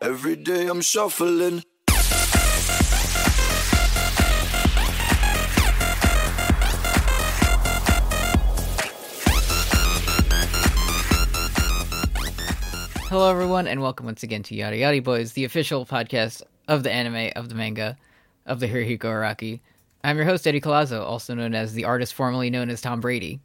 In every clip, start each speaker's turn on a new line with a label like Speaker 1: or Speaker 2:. Speaker 1: Every day I'm shuffling.
Speaker 2: Hello, everyone, and welcome once again to Yada Yada Boys, the official podcast of the anime, of the manga, of the Hirohiko Araki. I'm your host, Eddie Colazo, also known as the artist formerly known as Tom Brady.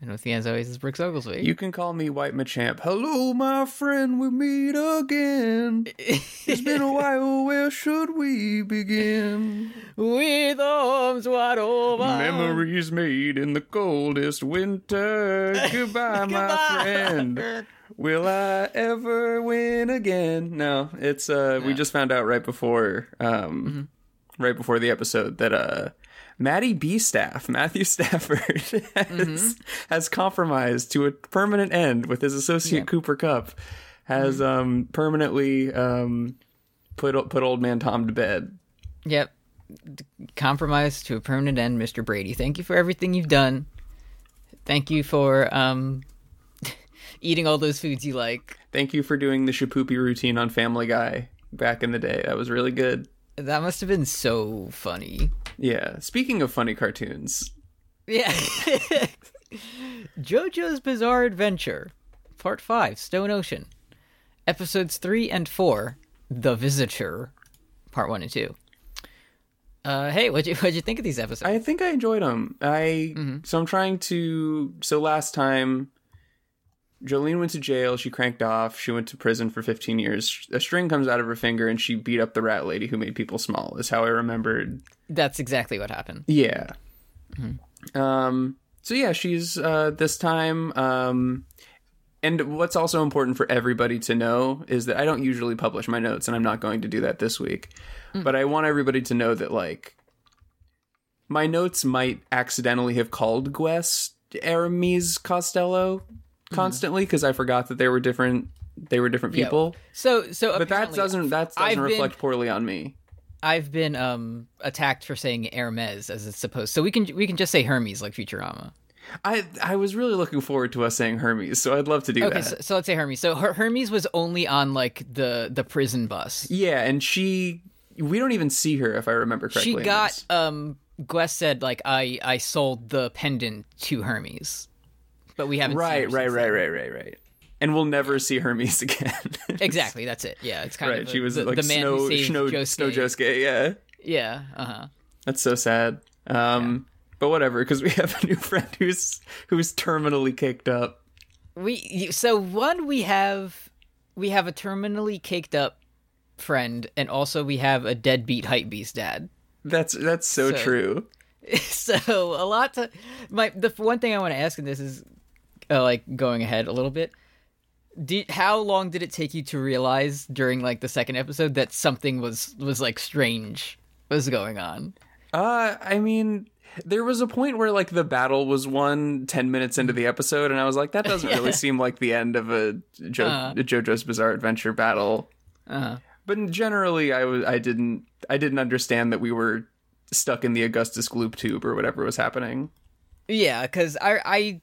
Speaker 2: And with the as always is Brooks Oglesby.
Speaker 3: You can call me White Machamp. Hello, my friend, we meet again. It's been a while, where should we begin?
Speaker 2: With arms wide open.
Speaker 3: Memories made in the coldest winter. Goodbye, my
Speaker 2: Goodbye.
Speaker 3: friend. Will I ever win again? No, it's uh we just found out right before um right before the episode that uh Maddie B staff, Matthew Stafford has, has compromised to a permanent end with his associate Cooper Cup has um permanently um put put old man Tom to bed.
Speaker 2: Yep. D- Compromise to a permanent end, Mr. Brady. Thank you for everything you've done. Thank you for um, eating all those foods you like.
Speaker 3: Thank you for doing the Shapoopy routine on Family Guy back in the day. That was really good.
Speaker 2: That must have been so funny.
Speaker 3: Yeah. Speaking of funny cartoons,
Speaker 2: Yeah. JoJo's Bizarre Adventure, Part 5, Stone Ocean. Episodes 3 and 4, The Visitor, Part 1 and 2. Uh, hey, what'd you, what'd you think of these episodes?
Speaker 3: I think I enjoyed them. I so I'm trying to. So last time, Jolene went to jail. She cranked off. She went to prison for 15 years. A string comes out of her finger, and she beat up the rat lady who made people small. Is how I remembered
Speaker 2: That's exactly what happened.
Speaker 3: Yeah.
Speaker 2: Mm-hmm.
Speaker 3: Um. So yeah, she's uh, this time. Um, and what's also important for everybody to know is that I don't usually publish my notes, and I'm not going to do that this week.
Speaker 2: Mm.
Speaker 3: But I want everybody to know that like my notes might accidentally have called Gwest Aramis Costello constantly because I forgot that they were different. They were different
Speaker 2: Mm-hmm. Yeah.
Speaker 3: people.
Speaker 2: So, so
Speaker 3: But that
Speaker 2: apparently
Speaker 3: doesn't that doesn't
Speaker 2: I've been-
Speaker 3: reflect poorly on me.
Speaker 2: I've been um attacked for saying Hermes as it's supposed. So we can we can just say Hermes like Futurama.
Speaker 3: I I was really looking forward to us saying Hermes, so I'd love to do
Speaker 2: Okay,
Speaker 3: that.
Speaker 2: so, so let's say Hermes. So Her- Hermes was only on like the the prison bus.
Speaker 3: Yeah, and she we don't even see her if I remember
Speaker 2: She
Speaker 3: correctly. in
Speaker 2: got
Speaker 3: this.
Speaker 2: um Gwest said like I I sold the pendant to Hermes. But we haven't seen
Speaker 3: right,
Speaker 2: her
Speaker 3: right,
Speaker 2: since
Speaker 3: right,
Speaker 2: then.
Speaker 3: right, right, right. And we'll never see Hermes again.
Speaker 2: Exactly, that's it. Yeah, it's kind
Speaker 3: right,
Speaker 2: of the,
Speaker 3: she was
Speaker 2: the,
Speaker 3: like
Speaker 2: the man
Speaker 3: Snow
Speaker 2: who saved
Speaker 3: Snow
Speaker 2: Josuke.
Speaker 3: Snow Josuke, yeah.
Speaker 2: Yeah, uh-huh.
Speaker 3: That's so sad. Um but whatever cuz we have a new friend who's who's terminally caked up.
Speaker 2: We you- so one we have we have a terminally caked up friend and also we have a deadbeat hype beast dad.
Speaker 3: That's that's so,
Speaker 2: So-
Speaker 3: true.
Speaker 2: so a lot to my the one thing i want to ask in this is uh, like going ahead a little bit did, how long did it take you to realize during like the second episode that something was was like strange was going on
Speaker 3: Uh I mean there was a point where like the battle was won 10 minutes into the episode and I was like that doesn't really seem like the end of a, jo-
Speaker 2: Uh.
Speaker 3: a JoJo's Bizarre Adventure battle.
Speaker 2: uh,
Speaker 3: But generally, I was I didn't I didn't understand that we were stuck in the Augustus Gloop tube or whatever was happening.
Speaker 2: yeah because i i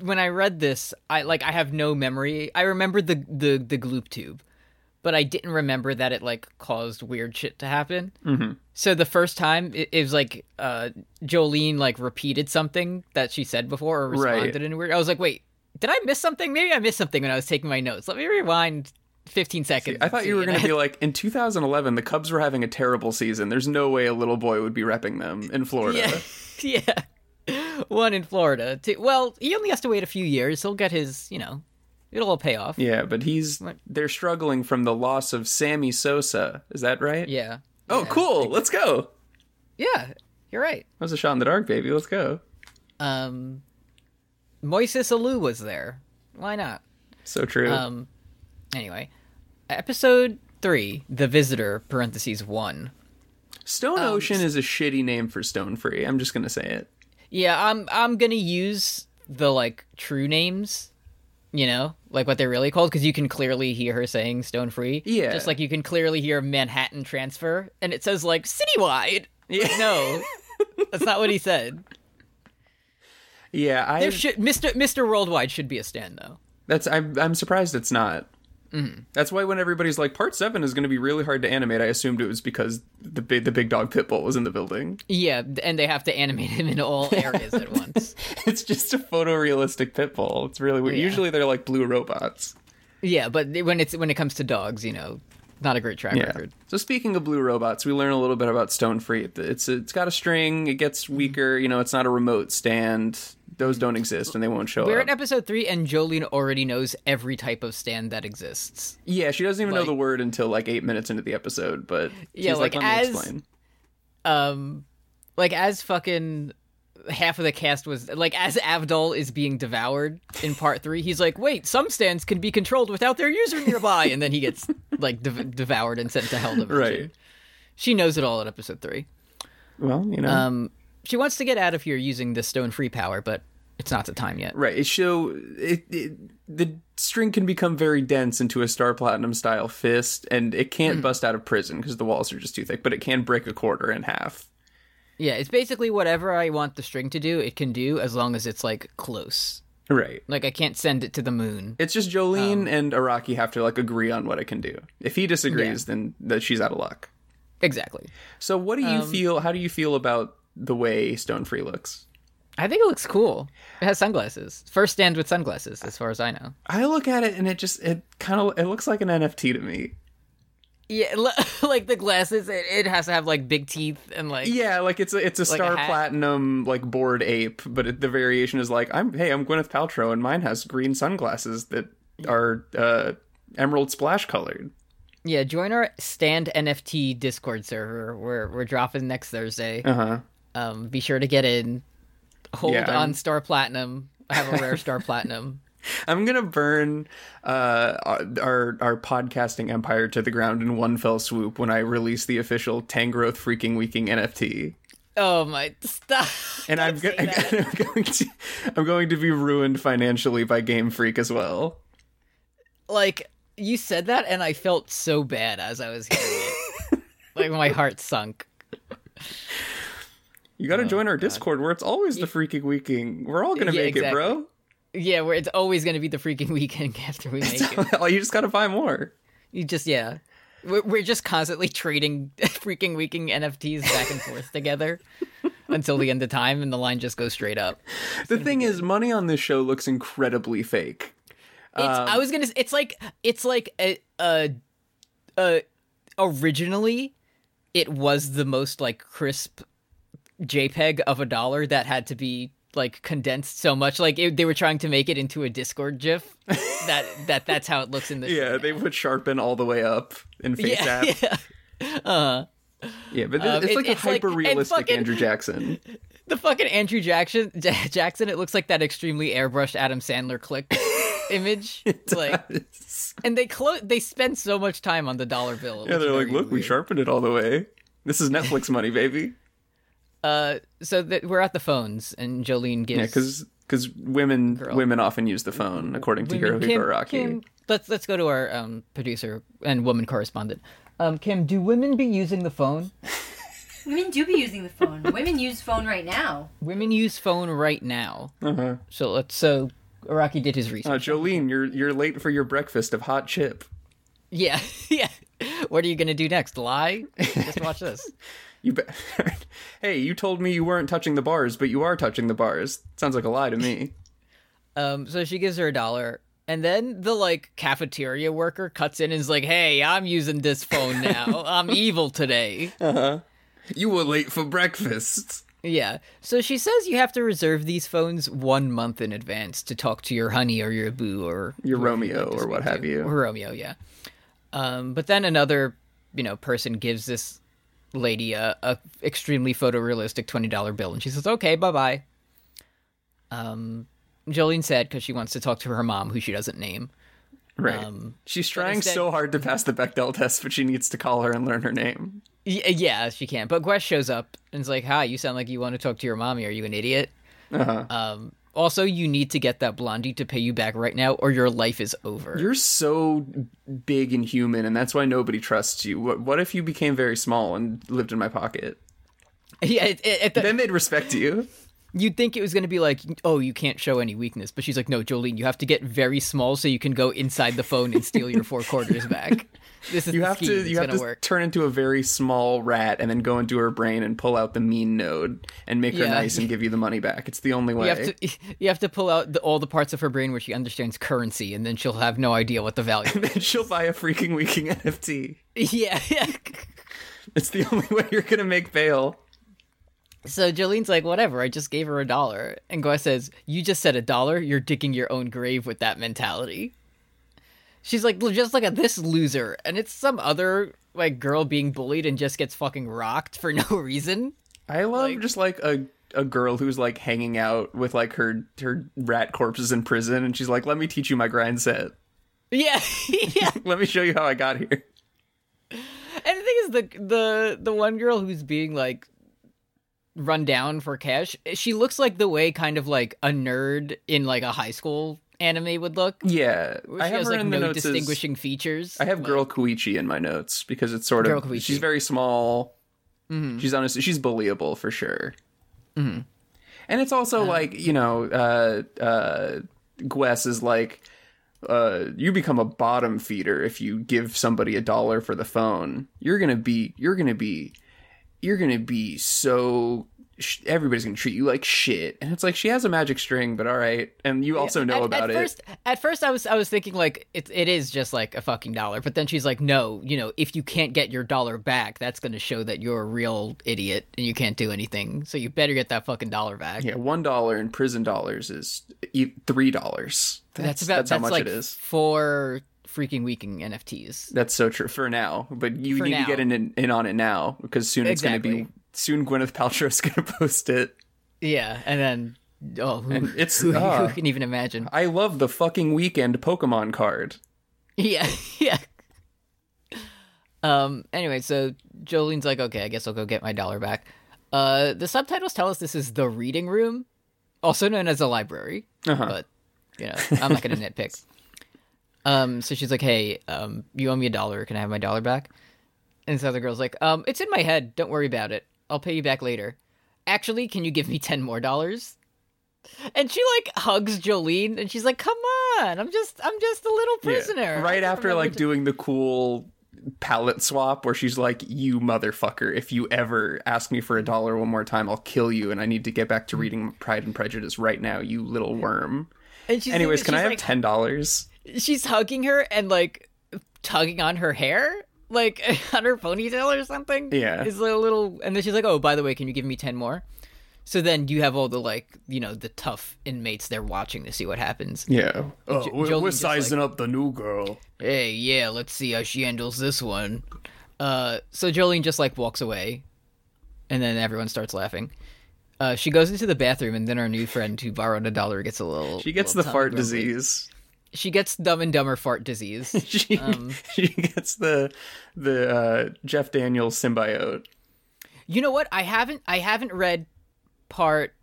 Speaker 2: when i read this i like i have no memory i remembered the the the gloop tube but i didn't remember that it like caused weird shit to happen
Speaker 3: Mhm.
Speaker 2: so the first time it, it was like uh jolene like repeated something that she said before or
Speaker 3: Right.
Speaker 2: responded in a weird i was like wait did i miss something maybe i missed something when i was taking my notes let me rewind 15 seconds
Speaker 3: I
Speaker 2: and
Speaker 3: thought
Speaker 2: see."
Speaker 3: you were
Speaker 2: And
Speaker 3: going
Speaker 2: I-
Speaker 3: to be like in 2011, the Cubs were having a terrible season. There's no way a little boy would be repping them in Florida.
Speaker 2: yeah yeah one in florida two, well he only has to wait a few years he'll get his you know it'll all pay off
Speaker 3: Yeah, but he's
Speaker 2: What?
Speaker 3: they're struggling from the loss of Sammy Sosa. Is that right?
Speaker 2: yeah
Speaker 3: Oh, cool. Let's go. That
Speaker 2: Yeah, you're right.
Speaker 3: was a shot in the dark, baby. Let's go.
Speaker 2: Um, Moises Alou was there. Why not?
Speaker 3: So true.
Speaker 2: Um, anyway, episode three, the visitor (parentheses one). um,
Speaker 3: Stone Ocean is a shitty name for Stone Free. I'm just going to say it.
Speaker 2: Yeah, I'm I'm gonna use the like true names, you know, like what they're really called, because you can clearly hear her saying "stone free."
Speaker 3: Yeah.
Speaker 2: just like you can clearly hear Manhattan transfer, and it says like citywide. Like, no, that's not what he said.
Speaker 3: Yeah, I
Speaker 2: There should Mister Mister Worldwide should be a stand though.
Speaker 3: that's I'm I'm surprised it's not.
Speaker 2: Mm-hmm.
Speaker 3: That's why when everybody's like, part seven is going to be really hard to animate, I assumed it was because the big, the big dog Pitbull was in the building.
Speaker 2: Yeah, and they have to animate him in all areas at once.
Speaker 3: It's just a photorealistic Pitbull. It's really weird.
Speaker 2: Yeah.
Speaker 3: Usually they're like blue robots.
Speaker 2: Yeah, but when it's when it comes to dogs, you know, not a great track
Speaker 3: Yeah.
Speaker 2: record.
Speaker 3: So speaking of blue robots, we learn a little bit about Stone Free. It's it's got a string. It
Speaker 2: Mm-hmm.
Speaker 3: gets weaker. You know, it's not a remote stand. Those don't exist, and they won't show
Speaker 2: We're
Speaker 3: up.
Speaker 2: at episode three, and Jolene already knows every type of stand that exists.
Speaker 3: yeah, she doesn't even know
Speaker 2: like-
Speaker 3: the word until like eight minutes into the episode. But
Speaker 2: Yeah,
Speaker 3: she's like,
Speaker 2: like,
Speaker 3: let me
Speaker 2: as-
Speaker 3: explain.
Speaker 2: um like as fucking half of the cast was like as Avdol is being devoured in part 3 he's like wait some stands can be controlled without their user nearby and then he gets like dev- devoured and sent to hell dimension.
Speaker 3: Right.
Speaker 2: she knows it all at episode 3
Speaker 3: Well, you know.
Speaker 2: um she wants to get out of here using the stone free power but it's not the time yet
Speaker 3: Right. It show it, it the string can become very dense into a star platinum style fist, and it can't bust out of prison because the walls are just too thick. But it can break a quarter in half.
Speaker 2: yeah it's basically whatever i want the string to do it can do as long as it's like close
Speaker 3: Right. Um,
Speaker 2: like i can't send it to the moon
Speaker 3: It's just Jolene and Araki have to like agree on what it can do. If he disagrees, then that she's out of luck.
Speaker 2: exactly
Speaker 3: So what do you feel? How do you feel about the way Stone Free looks?
Speaker 2: I think it looks cool. It has sunglasses. First stand with sunglasses, as far as I know.
Speaker 3: I look at it and it just it kind of it looks like an NFT to me.
Speaker 2: Yeah, like the glasses, it, it has to have like big teeth and like.
Speaker 3: Yeah, like it's a it's a
Speaker 2: a
Speaker 3: star
Speaker 2: hat.
Speaker 3: platinum like bored ape, but it, the variation is like I'm hey I'm Gwyneth Paltrow and mine has green sunglasses that are uh, emerald splash colored.
Speaker 2: Yeah, join our stand NFT Discord server. We're we're dropping next Thursday.
Speaker 3: Uh huh.
Speaker 2: Um, be sure to get in. Hold
Speaker 3: Yeah, I'm-
Speaker 2: on, Star Platinum. I have a rare Star Platinum.
Speaker 3: I'm gonna burn uh, our our podcasting empire to the ground in one fell swoop when I release the official Tangrowth freaking weeking NFT.
Speaker 2: Oh my! Stop.
Speaker 3: And I'm, go-
Speaker 2: Don't say that.
Speaker 3: I'm going to I'm going to be ruined financially by Game Freak as well.
Speaker 2: like you said that, and I felt so bad as I was hearing it. like my heart sunk.
Speaker 3: You got to join our Discord where it's always the freaking weeking. We're all gonna
Speaker 2: Oh, Yeah,
Speaker 3: make it, bro.
Speaker 2: Yeah, where it's always going to be the freaking weekend after we make it.
Speaker 3: oh, you just gotta buy more.
Speaker 2: You just yeah. We're, we're just constantly trading freaking weaking NFTs back and forth together until the end of time, and the line just goes straight up.
Speaker 3: The thing is, money on this show looks incredibly fake.
Speaker 2: It's, I
Speaker 3: Um,
Speaker 2: was gonna. s- It's like it's like a, a, a originally it was the most like crisp JPEG of a dollar that had to be like condensed so much. Like it, they were trying to make it into a Discord GIF. that that that's how it looks in the
Speaker 3: Yeah, they would sharpen all the way up in face
Speaker 2: yeah,
Speaker 3: app. Yeah,
Speaker 2: yeah.
Speaker 3: but th-
Speaker 2: Um,
Speaker 3: it's
Speaker 2: it-
Speaker 3: like a
Speaker 2: it's like-
Speaker 3: hyper realistic
Speaker 2: and fucking-
Speaker 3: Andrew Jackson.
Speaker 2: The fucking Andrew Jackson Jackson, it looks like that extremely airbrushed Adam Sandler click image. like and they clo- they spend so much time on the dollar bill.
Speaker 3: yeah, they're like, look, we sharpened it all the way. This is Netflix money, baby.
Speaker 2: uh so that we're at the phones and Jolene gives
Speaker 3: Yeah, because women women often use the phone, according to
Speaker 2: Women-
Speaker 3: Hirohiko Araki.
Speaker 2: Kim, let's let's go to our um, producer and woman correspondent. Um, Kim, do women be using the phone?
Speaker 4: Women do be using the phone. Women use phone right now.
Speaker 2: Women use phone right now. So let's so Araki did his research.
Speaker 3: Uh, Jolene, you're you're late for your breakfast of hot chip.
Speaker 2: yeah, yeah. What are you gonna do next? Lie? Just watch this.
Speaker 3: You be- hey, you told me you weren't touching the bars, but you are touching the bars. Sounds like a lie to me.
Speaker 2: Um, so she gives her a dollar, and then the like cafeteria worker cuts in and is like, "Hey, I'm using this phone now. I'm evil today."
Speaker 3: you were late for breakfast.
Speaker 2: Yeah. So she says you have to reserve these phones one month in advance to talk to your honey or your boo or
Speaker 3: Your Romeo or what have you.
Speaker 2: or Romeo. Yeah. Um, but then another you know person gives this lady a, a extremely photorealistic twenty dollar bill, and she says, "Okay, bye bye." Um, Jolene said because she wants to talk to her mom, who she doesn't name.
Speaker 3: Right. She's trying
Speaker 2: instead-
Speaker 3: so hard to pass the Bechdel test, but she needs to call her and learn her name.
Speaker 2: Y- yeah, she can. But Gwes shows up and is like, "Hi, you sound like you want to talk to your mommy. Are you an idiot?"
Speaker 3: Uh-huh.
Speaker 2: Um, also, you need to get that blondie to pay you back right now, or your life is over.
Speaker 3: You're so big and human, and that's why nobody trusts you. What, what if you became very small and lived in my pocket?
Speaker 2: yeah, it, it, it-
Speaker 3: Then they'd respect you.
Speaker 2: you'd think it was going to be like, oh, you can't show any weakness, but she's like, no, Jolene, you have to get very small so you can go inside the phone and steal your four quarters back. This is
Speaker 3: You
Speaker 2: the
Speaker 3: have
Speaker 2: scheme.
Speaker 3: to
Speaker 2: It's
Speaker 3: you have
Speaker 2: gonna
Speaker 3: to
Speaker 2: work.
Speaker 3: turn into a very small rat and then go into her brain and pull out the mean node and make her
Speaker 2: Yeah.
Speaker 3: nice and give you the money back. It's the only way.
Speaker 2: You have to you have to pull out the, all the parts of her brain where she understands currency, and then she'll have no idea what the value. is.
Speaker 3: and she'll buy a freaking weaking NFT.
Speaker 2: yeah.
Speaker 3: It's the only way you're gonna make bail.
Speaker 2: so Jolene's like, whatever. I just gave her a dollar, and Goy says, "You just said a dollar. You're digging your own grave with that mentality." She's like, "Look, just look at this loser, and it's some other like girl being bullied and just gets fucking rocked for no reason.
Speaker 3: I love just like a a girl who's like hanging out with like her her rat corpses in prison, and she's like, "Let me teach you my grind set.
Speaker 2: Yeah, yeah.
Speaker 3: Let me show you how I got here."
Speaker 2: And the thing is, the the the one girl who's being like run down for cash, she looks like the way kind of like a nerd in like a high school anime would look.
Speaker 3: Yeah,
Speaker 2: where
Speaker 3: I
Speaker 2: she
Speaker 3: have
Speaker 2: has
Speaker 3: her
Speaker 2: like
Speaker 3: in the
Speaker 2: no
Speaker 3: notes. as-
Speaker 2: distinguishing features.
Speaker 3: I have girl Koichi in my notes because it's sort
Speaker 2: Girl
Speaker 3: of
Speaker 2: Koichi. Mm-hmm.
Speaker 3: she's very small. She's honestly she's bullyable for sure. And it's also like you know, uh, uh, Gwes is like. Uh, you become a bottom feeder if you give somebody a dollar for the phone. You're gonna be, you're gonna be, you're gonna be so. Sh- everybody's gonna treat you like shit, and it's like she has a magic string, but all right. And you also know
Speaker 2: at,
Speaker 3: about
Speaker 2: at
Speaker 3: it.
Speaker 2: First, at first, I was I was thinking like it it is just like a fucking dollar, but then she's like, no, you know, if you can't get your dollar back, that's going to show that you're a real idiot and you can't do anything. So you better get that fucking dollar back.
Speaker 3: Yeah, one dollar in prison dollars is e- three dollars.
Speaker 2: That's, about
Speaker 3: that's how much
Speaker 2: like
Speaker 3: it is.
Speaker 2: four freaking weaking NFTs.
Speaker 3: That's so true for now. But you
Speaker 2: For
Speaker 3: need
Speaker 2: now.
Speaker 3: to get in, in on it now because soon it's going to be
Speaker 2: Exactly.
Speaker 3: soon. Gwyneth Paltrow's going to post it.
Speaker 2: Yeah, and then oh, who,
Speaker 3: And it's-
Speaker 2: who,
Speaker 3: ah.
Speaker 2: who can even imagine?
Speaker 3: I love the fucking weekend Pokemon card.
Speaker 2: Yeah, yeah. Um. Anyway, so Jolene's like, okay, I guess I'll go get my dollar back. Uh, the subtitles tell us this is the reading room, also known as a library.
Speaker 3: Uh-huh.
Speaker 2: But you know, I'm not gonna nitpick. Um. So she's like, hey, um, you owe me a dollar. Can I have my dollar back? And this other girl's like, um, it's in my head. Don't worry about it. I'll pay you back later. Actually, can you give me ten more dollars? And she like hugs Jolene, and she's like, "Come on, I'm just, I'm just a little
Speaker 3: Yeah.
Speaker 2: prisoner." I
Speaker 3: Right
Speaker 2: don't
Speaker 3: after
Speaker 2: remember
Speaker 3: like
Speaker 2: to-
Speaker 3: doing the cool palette swap where she's like, "You motherfucker! If you ever ask me for a dollar one more time, I'll kill you." And I need to get back to reading Pride and Prejudice right now, you little worm.
Speaker 2: And she's,
Speaker 3: Anyways,
Speaker 2: she's
Speaker 3: can I have
Speaker 2: like-
Speaker 3: ten dollars?
Speaker 2: She's hugging her and like tugging on her hair, like on her ponytail or something.
Speaker 3: Yeah.
Speaker 2: it's like a little. And then she's like, "Oh, by the way, can you give me ten more?" So then you have all the like, you know, the tough inmates. They're watching to see what happens.
Speaker 3: Yeah. Oh,
Speaker 2: Jo- we're- Jolene we're just sizing
Speaker 3: up the new girl.
Speaker 2: Hey, yeah, let's see how she handles this one. Uh, so Jolene just like walks away, and then everyone starts laughing. Uh, she goes into the bathroom, and then our new friend who borrowed a dollar gets a little.
Speaker 3: She gets
Speaker 2: little
Speaker 3: the fart
Speaker 2: tongue-grumbly.
Speaker 3: disease.
Speaker 2: She gets dumb and dumber fart disease.
Speaker 3: She,
Speaker 2: um,
Speaker 3: she gets the the uh, Jeff Daniels symbiote.
Speaker 2: You know what? I haven't I haven't read part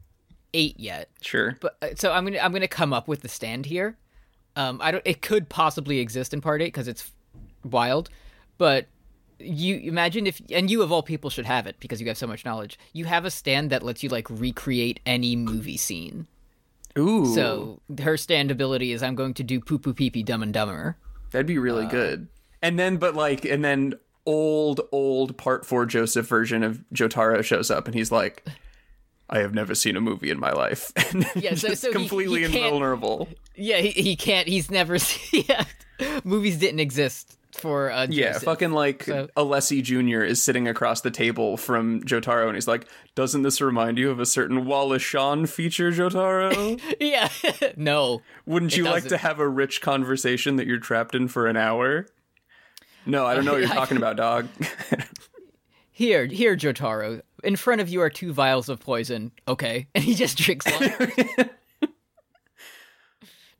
Speaker 2: eight yet,
Speaker 3: Sure.
Speaker 2: but uh, so I'm gonna I'm gonna come up with the stand here. Um, I don't. It could possibly exist in part eight because it's wild, but you imagine if and you of all people should have it because you have so much knowledge. You have a stand that lets you like recreate any movie scene.
Speaker 3: Ooh.
Speaker 2: So her stand ability is I'm going to do poo poo pee pee dumb and dumber.
Speaker 3: that'd be
Speaker 2: uh,
Speaker 3: really good. And then, but like, and then old old part four Joseph version of Jotaro shows up, and he's like. I have never seen a movie in my life. And
Speaker 2: Yeah, so-
Speaker 3: just
Speaker 2: so he- he
Speaker 3: completely
Speaker 2: can't-
Speaker 3: invulnerable.
Speaker 2: Yeah, he, he can't. He's never. yeah, movies didn't exist for uh,
Speaker 3: Yeah,
Speaker 2: Joseph.
Speaker 3: fucking like Alessi Jr. is sitting across the table from Jotaro and he's like, Doesn't this remind you of a certain Wallace Shawn feature, Jotaro?
Speaker 2: Yeah. no.
Speaker 3: Wouldn't you like to
Speaker 2: doesn't.
Speaker 3: have a rich conversation that you're trapped in for an hour? No, I don't know what you're talking about, dog.
Speaker 2: Here, here, Jotaro. In front of you are two vials of poison. Okay. And he just drinks one.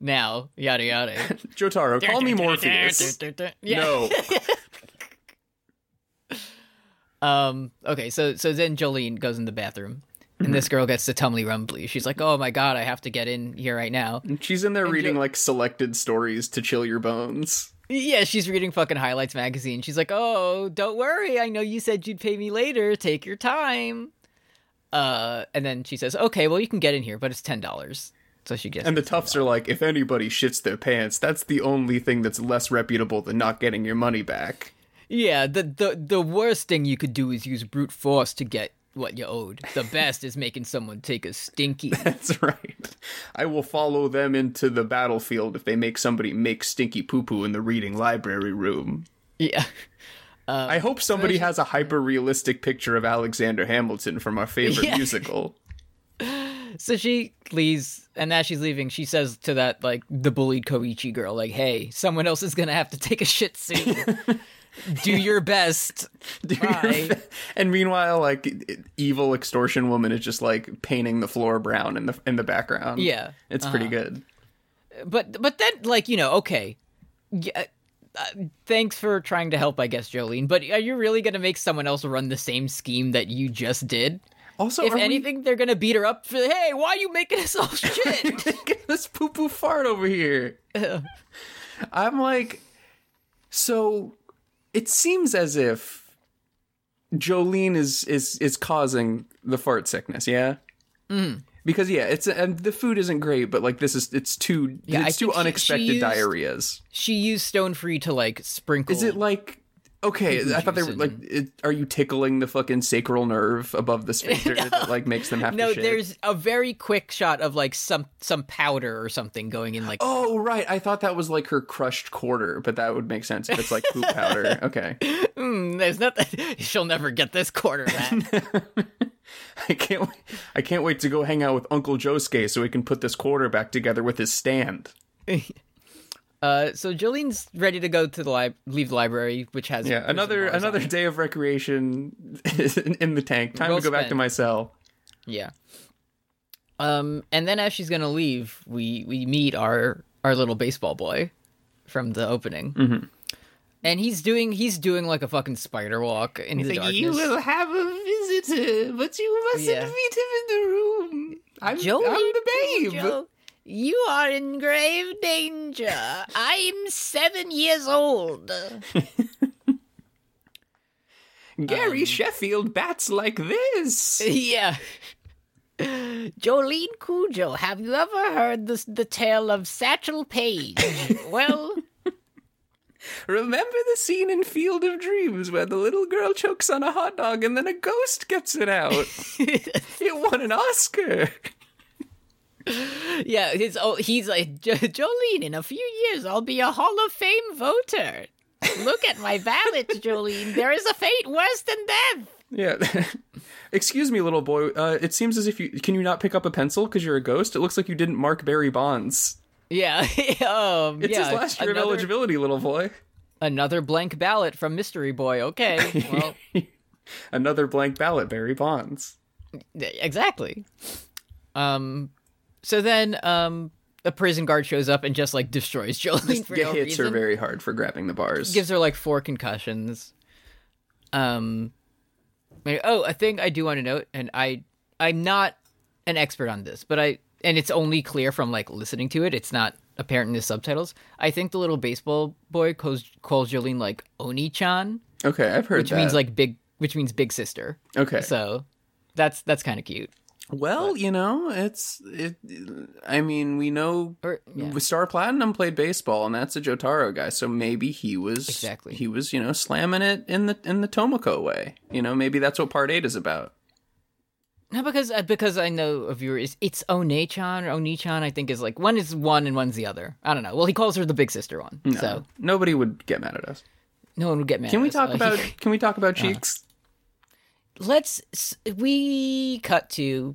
Speaker 2: now, yada yada.
Speaker 3: Jotaro, call me Morpheus.
Speaker 2: Yeah.
Speaker 3: No.
Speaker 2: Um, okay, so so then Jolene goes in the bathroom. And this girl gets the tumbly rumbly. She's like, "Oh my god, I have to get in here right now."
Speaker 3: She's in there reading
Speaker 2: Jo-
Speaker 3: like selected stories to chill your bones.
Speaker 2: Yeah, she's reading fucking Highlights magazine. She's like, "Oh, don't worry. I know you said you'd pay me later. Take your time." Uh, and then she says, "Okay, well, you can get in here, but it's ten dollars." So she gets.
Speaker 3: And the toughs are like, if anybody shits their pants, that's the only thing that's less reputable than not getting your money back.
Speaker 2: yeah, the, the the worst thing you could do is use brute force to get what you owed. The best is making someone take a stinky.
Speaker 3: That's right. I will follow them into the battlefield if they make somebody make stinky poo poo in the reading library room.
Speaker 2: yeah. Uh,
Speaker 3: I hope somebody has a hyper realistic picture of Alexander Hamilton from our favorite
Speaker 2: Yeah.
Speaker 3: musical.
Speaker 2: So she leaves, and as she's leaving, she says to that like the bullied Koichi girl, like, "Hey, someone else is gonna have to take a shit soon. do your best."
Speaker 3: Do your
Speaker 2: Bye.
Speaker 3: fa- and meanwhile, like e- evil extortion woman is just like painting the floor brown in the in the background.
Speaker 2: Yeah. Uh-huh.
Speaker 3: it's pretty good.
Speaker 2: But but then like you know, okay, yeah, uh, thanks for trying to help, I guess, Jolene. But are you really gonna make someone else run the same scheme that you just did?
Speaker 3: Also,
Speaker 2: If
Speaker 3: are we
Speaker 2: anything, they're gonna beat her up for, "Hey, why are you making us all shit?"
Speaker 3: Look at this poo poo fart over here. I'm like, so it seems as if Jolene is is is causing the fart sickness. Yeah. Mm. Because yeah, it's and the food isn't great, but like this is it's too
Speaker 2: Yeah, I
Speaker 3: it's too
Speaker 2: think she- she
Speaker 3: unexpected
Speaker 2: used-
Speaker 3: diarrheas.
Speaker 2: she used Stone Free to like sprinkle.
Speaker 3: Is it like okay? I thought they were
Speaker 2: juice
Speaker 3: like, it, are you tickling the fucking sacral nerve above the sphincter that like makes them have
Speaker 2: No,
Speaker 3: to shit?
Speaker 2: there's a very quick shot of like some some powder or something going in like
Speaker 3: Oh right, I thought that was like her crushed quarter, but that would make sense if it's like poop powder. Okay,
Speaker 2: "Mm, there's nothing she'll never get this quarter back.
Speaker 3: I can't, wait- I can't wait to go hang out with Uncle Josuke so he can put this quarter back together with his stand.
Speaker 2: uh so Jolene's ready to go to the lib- leave the library which has
Speaker 3: Yeah,
Speaker 2: prison
Speaker 3: another
Speaker 2: bars on
Speaker 3: another
Speaker 2: it.
Speaker 3: day of recreation in, in the tank. Time
Speaker 2: Well
Speaker 3: to go back to
Speaker 2: spent.
Speaker 3: my cell.
Speaker 2: Yeah. Um and then as she's going to leave, we we meet our our little baseball boy from the opening. Mhm. And he's doing he's doing like a fucking spider walk in the darkness.
Speaker 3: have a visitor, but you mustn't
Speaker 2: Yeah.
Speaker 3: meet him in the room. I'm,
Speaker 2: Joey Cujo, you are in grave danger. I'm seven years old.
Speaker 3: Gary
Speaker 2: Um,
Speaker 3: Sheffield bats like this.
Speaker 2: yeah. Jolene Cujo, have you ever heard this, the tale of Satchel Paige? well,
Speaker 3: Remember the scene in Field of Dreams where the little girl chokes on a hot dog and then a ghost gets it out? it won an Oscar.
Speaker 2: yeah, it's, oh, he's like, "Jo- Jolene, in a few years I'll be a Hall of Fame voter. Look at my ballot, Jolene. There is a fate worse than death.
Speaker 3: Yeah. Excuse me, little boy. Uh, it seems as if you can you not pick up a pencil because you're a ghost. It looks like you didn't mark Barry Bonds.
Speaker 2: Yeah. um,
Speaker 3: It's
Speaker 2: yeah,
Speaker 3: his last year of
Speaker 2: another-
Speaker 3: eligibility, little boy.
Speaker 2: Another blank ballot from Mystery Boy. Okay. Well,
Speaker 3: Another blank ballot, Barry Bonds.
Speaker 2: exactly. Um so then um a prison guard shows up and just like destroys Jolene for
Speaker 3: It
Speaker 2: no
Speaker 3: hits
Speaker 2: reason.
Speaker 3: her very hard for grabbing the bars.
Speaker 2: Gives her like four concussions. Um I- oh, a thing I do want to note and I I'm not an expert on this, but I and it's only clear from like listening to it. It's not apparent in the subtitles. I think the little baseball boy calls, calls Jolene like Oni-chan,
Speaker 3: okay, I've heard
Speaker 2: which
Speaker 3: that.
Speaker 2: means like big which means big sister.
Speaker 3: okay.
Speaker 2: So that's that's kind of cute.
Speaker 3: Well, you know, it's it. I mean, we know
Speaker 2: Or- yeah.
Speaker 3: Star Platinum played baseball, and that's a Jotaro guy. So maybe he was
Speaker 2: Exactly.
Speaker 3: He was, you know, slamming it in the in the Tomoko way. You know, maybe that's what Part Eight is about.
Speaker 2: No, because uh, because I know of viewers, it's Onechan or Onichan. I think is like one is one and one's the other. I don't know. Well, he calls her the big sister one, so
Speaker 3: Nobody would get mad at us.
Speaker 2: no one would get mad.
Speaker 3: Can we
Speaker 2: at us.
Speaker 3: talk
Speaker 2: Uh,
Speaker 3: about? Can we talk
Speaker 2: Uh-huh.
Speaker 3: about cheeks?
Speaker 2: let's s- we cut to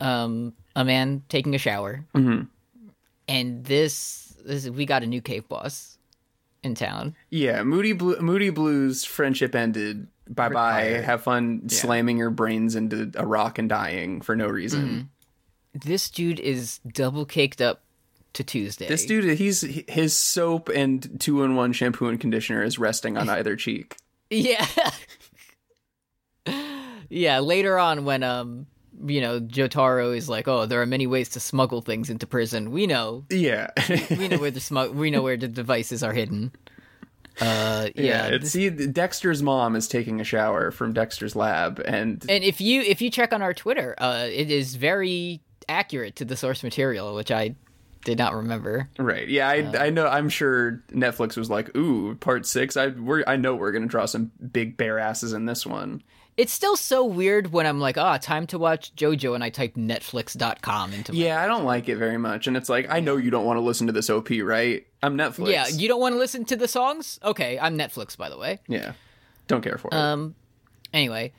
Speaker 2: um a man taking a shower,
Speaker 3: Mm-hmm.
Speaker 2: and this, this we got a new cave boss in town.
Speaker 3: Yeah, Moody Blue, Moody Blues friendship ended. Bye bye. Have fun slamming your brains into a rock and dying for no reason.
Speaker 2: Mm-hmm. This dude is double caked up to Tuesday.
Speaker 3: This dude, he's his soap and two in one shampoo and conditioner is resting on either cheek.
Speaker 2: Yeah. yeah, later on when um you know, Jotaro is like, "Oh, there are many ways to smuggle things into prison. We know.
Speaker 3: Yeah.
Speaker 2: We know where the smug- we know where the devices are hidden." Uh, yeah.
Speaker 3: it's- see, Dexter's mom is taking a shower from Dexter's lab, and
Speaker 2: and if you if you check on our Twitter, uh, it is very accurate to the source material, which I did not remember.
Speaker 3: Right. Yeah, I, I know. I'm sure Netflix was like, "Ooh, part six. I we're, I know we're gonna draw some big bare asses in this one."
Speaker 2: It's still so weird when I'm like, ah, time to watch JoJo, and I type Netflix.com into my
Speaker 3: Yeah, I don't like it very much, and it's like, I know you don't want to listen to this op, right? I'm Netflix.
Speaker 2: Yeah, you don't want to listen to the songs? Okay, I'm Netflix, by the way.
Speaker 3: yeah, don't care for it.
Speaker 2: Um, anyway,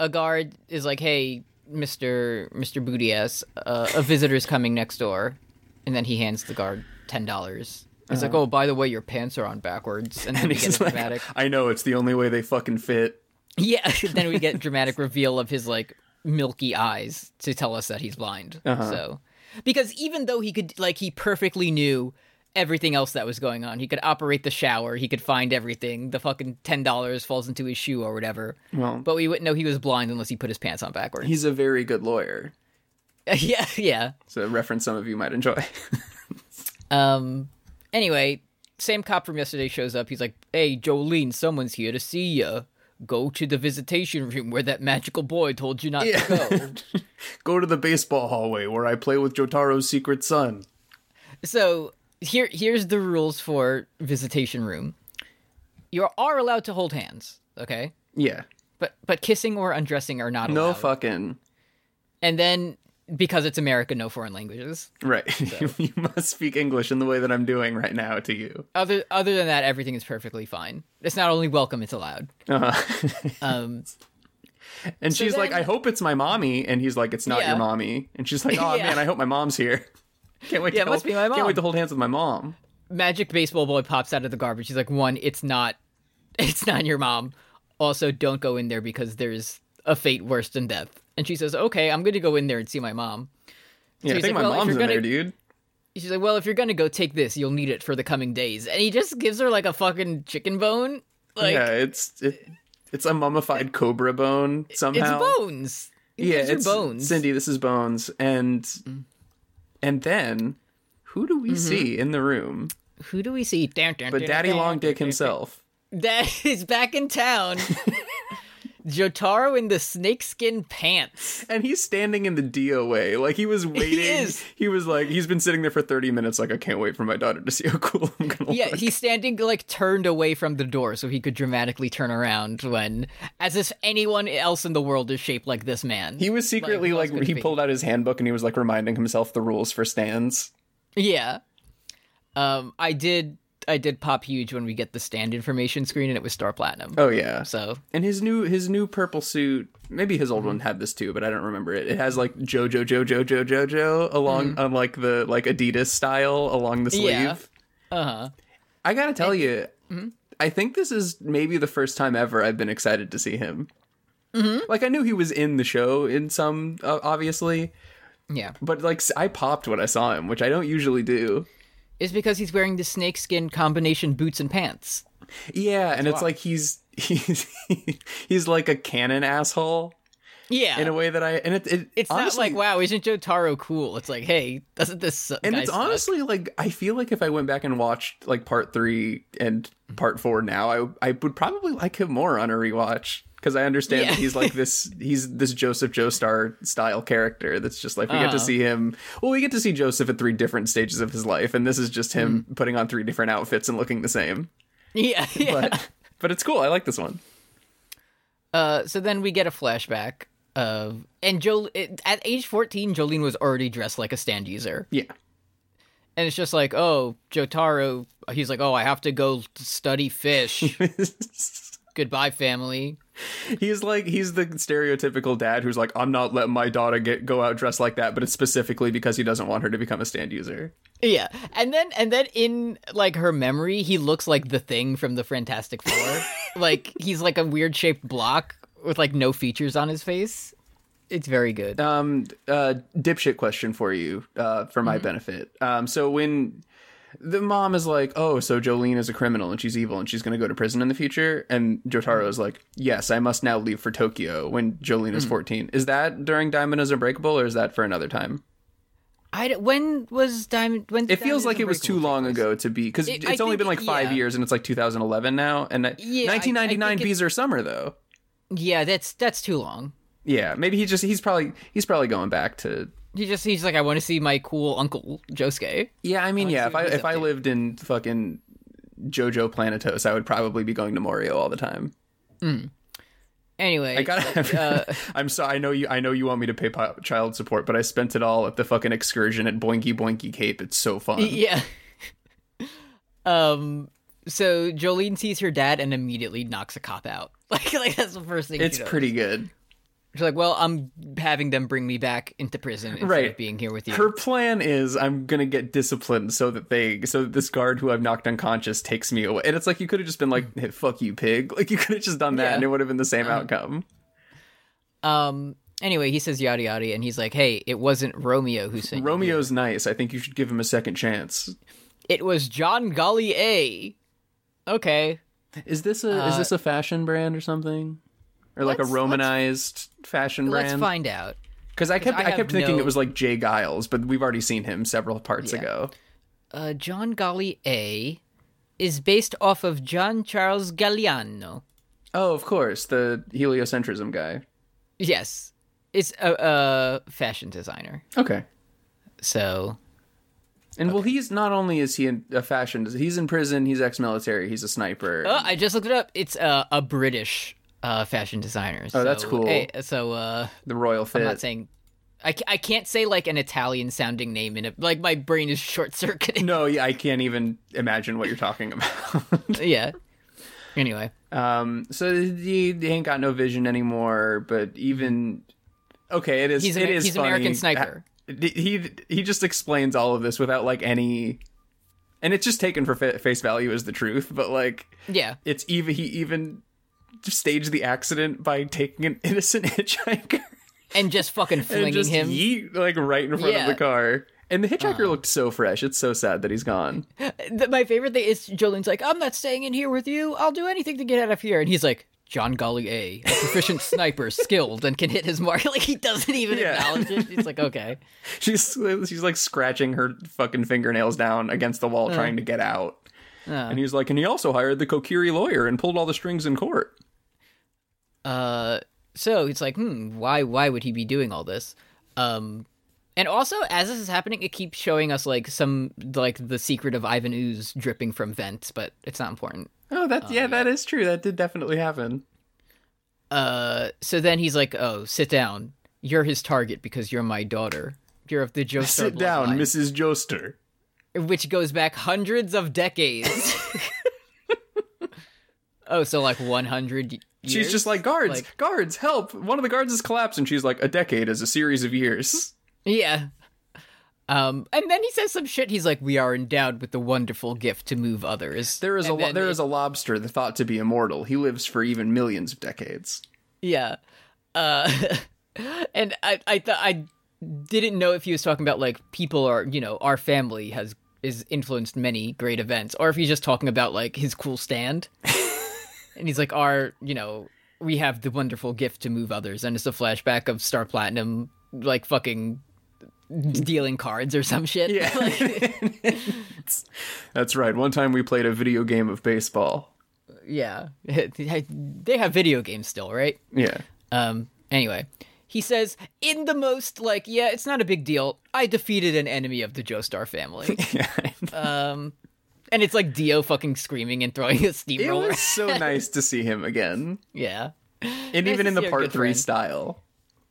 Speaker 2: a guard is like, "Hey, Mister Mister Booty ass, uh, a visitor's coming next door," and then he hands the guard ten dollars. He's like, "Oh, by the way, your pants are on backwards," and then
Speaker 3: And
Speaker 2: we get
Speaker 3: he's
Speaker 2: a
Speaker 3: like,
Speaker 2: dramatic,
Speaker 3: I know it's the only way they fucking fit.
Speaker 2: yeah, then we get a dramatic reveal of his like milky eyes to tell us that he's blind. So, because even though he could, like, he perfectly knew. Everything else that was going on, he could operate the shower. He could find everything. The fucking ten dollars falls into his shoe or whatever.
Speaker 3: Well,
Speaker 2: But we wouldn't know he was blind unless he put his pants on backwards.
Speaker 3: he's a very good lawyer.
Speaker 2: yeah, yeah.
Speaker 3: It's a reference some of you might enjoy.
Speaker 2: Um. Anyway, same cop from yesterday shows up. He's like, "Hey, Jolene, someone's here to see you. Go to the visitation room where that magical boy told you not to go."
Speaker 3: Go to the baseball hallway where I play with Jotaro's secret son.
Speaker 2: so here, here's the rules for visitation room. You are allowed to hold hands, okay?
Speaker 3: Yeah,
Speaker 2: But but kissing or undressing are not
Speaker 3: no
Speaker 2: allowed.
Speaker 3: fucking.
Speaker 2: And then because it's America, no foreign languages.
Speaker 3: Right. you must speak English in the way that I'm doing right now to you.
Speaker 2: Other other than that, everything is perfectly fine. It's not only welcome; it's allowed.
Speaker 3: Uh-huh.
Speaker 2: Um.
Speaker 3: and she's like,
Speaker 2: then-
Speaker 3: I hope it's my mommy. And he's like, It's not
Speaker 2: Yeah.
Speaker 3: your mommy. And she's like, Oh,
Speaker 2: Yeah.
Speaker 3: man, I hope my mom's here. Can't wait
Speaker 2: Yeah, it
Speaker 3: to
Speaker 2: must
Speaker 3: hold-
Speaker 2: be my
Speaker 3: Can't
Speaker 2: mom.
Speaker 3: wait to hold hands with my mom.
Speaker 2: magic baseball boy pops out of the garbage. He's like, one, it's not, it's not your mom. Also, don't go in there because there's a fate worse than death. And she says, okay, I'm going to go in there and see my mom.
Speaker 3: Yeah, I
Speaker 2: he's
Speaker 3: think
Speaker 2: like,
Speaker 3: my
Speaker 2: "Well, if
Speaker 3: mom's in
Speaker 2: you're
Speaker 3: there,
Speaker 2: gonna-
Speaker 3: dude.
Speaker 2: She's like, well, if you're going to go, take this. You'll need it for the coming days. And he just gives her like a fucking chicken bone. Like,
Speaker 3: yeah, it's it, it's a mummified cobra bone
Speaker 2: it's
Speaker 3: somehow.
Speaker 2: bones. He
Speaker 3: Yeah,
Speaker 2: gives her
Speaker 3: it's
Speaker 2: bones. Mm.
Speaker 3: Cindy, this is bones. And and then who do
Speaker 2: Mm-hmm.
Speaker 3: we see in the room?
Speaker 2: Who do we see? Dun, dun,
Speaker 3: But
Speaker 2: dun,
Speaker 3: Daddy
Speaker 2: dun,
Speaker 3: Long
Speaker 2: dun,
Speaker 3: Dick
Speaker 2: dun,
Speaker 3: himself.
Speaker 2: dun. That is back in town. Jotaro in the snakeskin pants.
Speaker 3: And he's standing in the DOA. Like he was waiting.
Speaker 2: is.
Speaker 3: He was like he's been sitting there for 30 minutes like I can't wait for my daughter to see how cool I'm going to
Speaker 2: Yeah,
Speaker 3: look.
Speaker 2: he's standing like turned away from the door so he could dramatically turn around when, as if anyone else in the world is shaped like this man.
Speaker 3: He was secretly
Speaker 2: who else
Speaker 3: like,
Speaker 2: could it
Speaker 3: he
Speaker 2: be?
Speaker 3: pulled out his handbook and he was like reminding himself the rules for stands.
Speaker 2: yeah. Um, I did, I did pop huge when we get the stand information screen, and it was Star Platinum.
Speaker 3: Oh yeah.
Speaker 2: So
Speaker 3: And his new his new purple suit, maybe his old
Speaker 2: Mm-hmm.
Speaker 3: one had this too, but I don't remember it. It has like Jojo Jojo Jojo Jojo along on like the like Adidas style along the sleeve.
Speaker 2: Mm-hmm. Yeah. Uh-huh.
Speaker 3: I gotta tell you,
Speaker 2: Mm-hmm.
Speaker 3: I think this is maybe the first time ever I've been excited to see him.
Speaker 2: Mm-hmm.
Speaker 3: Like I knew he was in the show in some, uh, obviously,
Speaker 2: yeah,
Speaker 3: but like s- I popped when I saw him, which I don't usually do.
Speaker 2: it's because he's wearing the snakeskin combination boots and pants.
Speaker 3: Yeah, and it's like he's he's he's like a canon asshole
Speaker 2: Yeah,
Speaker 3: in a way that I and it, it
Speaker 2: Uh, it's not
Speaker 3: honestly-
Speaker 2: like wow, isn't Jotaro cool? It's like hey, doesn't this su-
Speaker 3: and
Speaker 2: guy
Speaker 3: it's
Speaker 2: suck?
Speaker 3: honestly like I feel like if I went back and watched like part three and
Speaker 2: Mm-hmm.
Speaker 3: part four now, I I would probably like him more on a rewatch because I understand
Speaker 2: Yeah.
Speaker 3: that he's like this he's this Joseph Joestar style character that's just like we get
Speaker 2: Uh-huh.
Speaker 3: to see him. Well, we get to see Joseph at three different stages of his life, and this is just him
Speaker 2: Mm-hmm.
Speaker 3: putting on three different outfits and looking the same.
Speaker 2: yeah, yeah.
Speaker 3: But but it's cool. I like this one.
Speaker 2: Uh, so then we get a flashback of and Jol it- at age 14 Jolene was already dressed like a stand user.
Speaker 3: Yeah.
Speaker 2: And it's just like, "Oh, Jotaro, he's like, "Oh, I have to go study fish. Goodbye family."
Speaker 3: He's like he's the stereotypical dad who's like, I'm not letting my daughter get go out dressed like that, but it's specifically because he doesn't want her to become a stand user.
Speaker 2: Yeah. And then and then in like her memory, he looks like the thing from the Fantastic 4. like he's like a weird-shaped block with like no features on his face. It's very good.
Speaker 3: Um, uh, dipshit question for you, uh, for
Speaker 2: Mm-hmm.
Speaker 3: my benefit. Um, so when the mom is like, "Oh, so Jolene is a criminal and she's evil and she's going to go to prison in the future," and Jotaro is like, "Yes, I must now leave for
Speaker 2: Mm.
Speaker 3: Tokyo." When Jolene is fourteen, is that during Diamond is Unbreakable or is that for another time?
Speaker 2: I d- when was Diamond? When did
Speaker 3: It
Speaker 2: Diamond
Speaker 3: feels like it was
Speaker 2: Unbreakable
Speaker 3: too
Speaker 2: take
Speaker 3: long
Speaker 2: place?
Speaker 3: ago to be because
Speaker 2: It-
Speaker 3: it's
Speaker 2: I
Speaker 3: only
Speaker 2: think-
Speaker 3: been like five
Speaker 2: yeah.
Speaker 3: years and it's like 2011 now. And I-
Speaker 2: Yeah, I- I
Speaker 3: 1999
Speaker 2: think
Speaker 3: bees are summer though.
Speaker 2: Yeah, that's that's too long.
Speaker 3: Yeah, maybe he just he's probably he's probably going back to.
Speaker 2: He just he's like, I want to see my cool uncle Josuke.
Speaker 3: Yeah, I mean,
Speaker 2: see
Speaker 3: yeah. If
Speaker 2: what
Speaker 3: I
Speaker 2: he's
Speaker 3: if
Speaker 2: up
Speaker 3: I
Speaker 2: to.
Speaker 3: lived in fucking JoJo Planetos, I would probably be going to Morio all the time.
Speaker 2: Anyway,
Speaker 3: I gotta. Have,
Speaker 2: Uh,
Speaker 3: I'm sorry. I know you. I know you want me to pay pi- child support, but I spent it all at the fucking excursion at Boinky Boinky Cape. It's so fun.
Speaker 2: yeah. um. So Jolene sees her dad and immediately knocks a cop out. Like, like that's the first thing.
Speaker 3: It's
Speaker 2: she does.
Speaker 3: pretty good.
Speaker 2: She's like, well, I'm having them bring me back into prison instead
Speaker 3: Right.
Speaker 2: of being here with you.
Speaker 3: Her plan is I'm gonna get disciplined so that they so that this guard who I've knocked unconscious takes me away. And it's like you could have just been like, hey, "Fuck you, pig!" Like you could have just done that,
Speaker 2: Yeah. Uh-huh.
Speaker 3: and it would have been the same outcome.
Speaker 2: um. Anyway, he says yada yada, and he's like, "Hey, it wasn't Romeo who sent you here.
Speaker 3: Romeo's nice. I think you should give him a second chance.
Speaker 2: It was John Golly A." Okay,
Speaker 3: Is this a is this a fashion brand or something, or like a
Speaker 2: Uh, Let's- let's-
Speaker 3: Romanized fashion
Speaker 2: let's
Speaker 3: brand?
Speaker 2: find out.
Speaker 3: Because I kept
Speaker 2: I
Speaker 3: I,
Speaker 2: have
Speaker 3: kept thinking
Speaker 2: no-
Speaker 3: it was like Jay Giles, but we've already seen him several parts ago.
Speaker 2: uh, John Galli A is based off of John Charles Galliano.
Speaker 3: Oh, of course, the heliocentrism guy.
Speaker 2: Yes, it's a, a fashion designer.
Speaker 3: Okay.
Speaker 2: So
Speaker 3: And well, he's not only is he in a fashion, he's in prison, he's ex-military, he's a sniper.
Speaker 2: oh, I just looked it up. It's uh, a British uh, fashion designer. Oh,
Speaker 3: that's cool.
Speaker 2: so uh,
Speaker 3: the royal fit.
Speaker 2: I'm not saying. I, ca- I can't say like an Italian sounding name in it. Like my brain is short circuiting.
Speaker 3: no, yeah, I can't even imagine what you're talking about.
Speaker 2: yeah. Anyway,
Speaker 3: um, so he, he ain't got no vision anymore. But even okay, it is.
Speaker 2: He's
Speaker 3: it
Speaker 2: Amer-
Speaker 3: is
Speaker 2: he's
Speaker 3: funny.
Speaker 2: American Sniper.
Speaker 3: He he just explains all of this without like any, and it's just taken for fa- face value as the truth. But like,
Speaker 2: yeah.
Speaker 3: it's even he even staged the accident by taking an innocent hitchhiker.
Speaker 2: And just fucking flinging
Speaker 3: and just
Speaker 2: him.
Speaker 3: yeet like right in front
Speaker 2: Yeah.
Speaker 3: of the car. And the hitchhiker looked so fresh. It's so sad that he's gone.
Speaker 2: Th my favorite thing is Jolene's like, I'm not staying in here with you. I'll do anything to get out of here. And he's like, John Golly A, a proficient sniper, skilled, and can hit his mark. Like, he doesn't even
Speaker 3: Yeah.
Speaker 2: acknowledge it. He's like, okay.
Speaker 3: She's she's like scratching her fucking fingernails down against the wall trying to get out. And he's like, and he also hired the Kokiri lawyer and pulled all the strings in court.
Speaker 2: Uh, so it's like, hmm, why, why would he be doing all this? Um, and also, as this is happening, it keeps showing us, like, some, like, the secret of Ivan Ooze dripping from vents, but it's not important.
Speaker 3: Oh, that yeah, that is true. That did definitely happen.
Speaker 2: Uh, so then he's like, oh, sit down. You're his target because you're my daughter. You're of the Joestar
Speaker 3: Sit down,
Speaker 2: bloodline."
Speaker 3: Mrs. Joester.
Speaker 2: which goes back hundreds of decades. oh, so like 100 years?
Speaker 3: She's just like guards,
Speaker 2: Like-
Speaker 3: guards, help! One of the guards has collapsed, and she's like, a decade is a series of years.
Speaker 2: Yeah. Um, and then he says some shit. He's like, "We are endowed with the wonderful gift to move others."
Speaker 3: There is
Speaker 2: And
Speaker 3: a lo-
Speaker 2: then
Speaker 3: there
Speaker 2: it-
Speaker 3: is a lobster that thought to be immortal. He lives for even millions of decades.
Speaker 2: yeah. Uh, and I I thought I didn't know if he was talking about like people are you know our family has is influenced many great events, or if he's just talking about like his cool stand. and he's like, our you know we have the wonderful gift to move others, and it's a flashback of Star Platinum like fucking dealing cards or some shit.
Speaker 3: That's right. One time we played a video game of baseball.
Speaker 2: yeah. they have video games still, right?
Speaker 3: Yeah.
Speaker 2: Um, anyway, he says, in the most, like, yeah, it's not a big deal. I defeated an enemy of the Joestar family. um, and it's like Dio fucking screaming and throwing a
Speaker 3: It
Speaker 2: steamroller.
Speaker 3: was so nice to see him again.
Speaker 2: yeah.
Speaker 3: And even
Speaker 2: to see
Speaker 3: in the
Speaker 2: our
Speaker 3: part
Speaker 2: good
Speaker 3: three
Speaker 2: friend.
Speaker 3: style.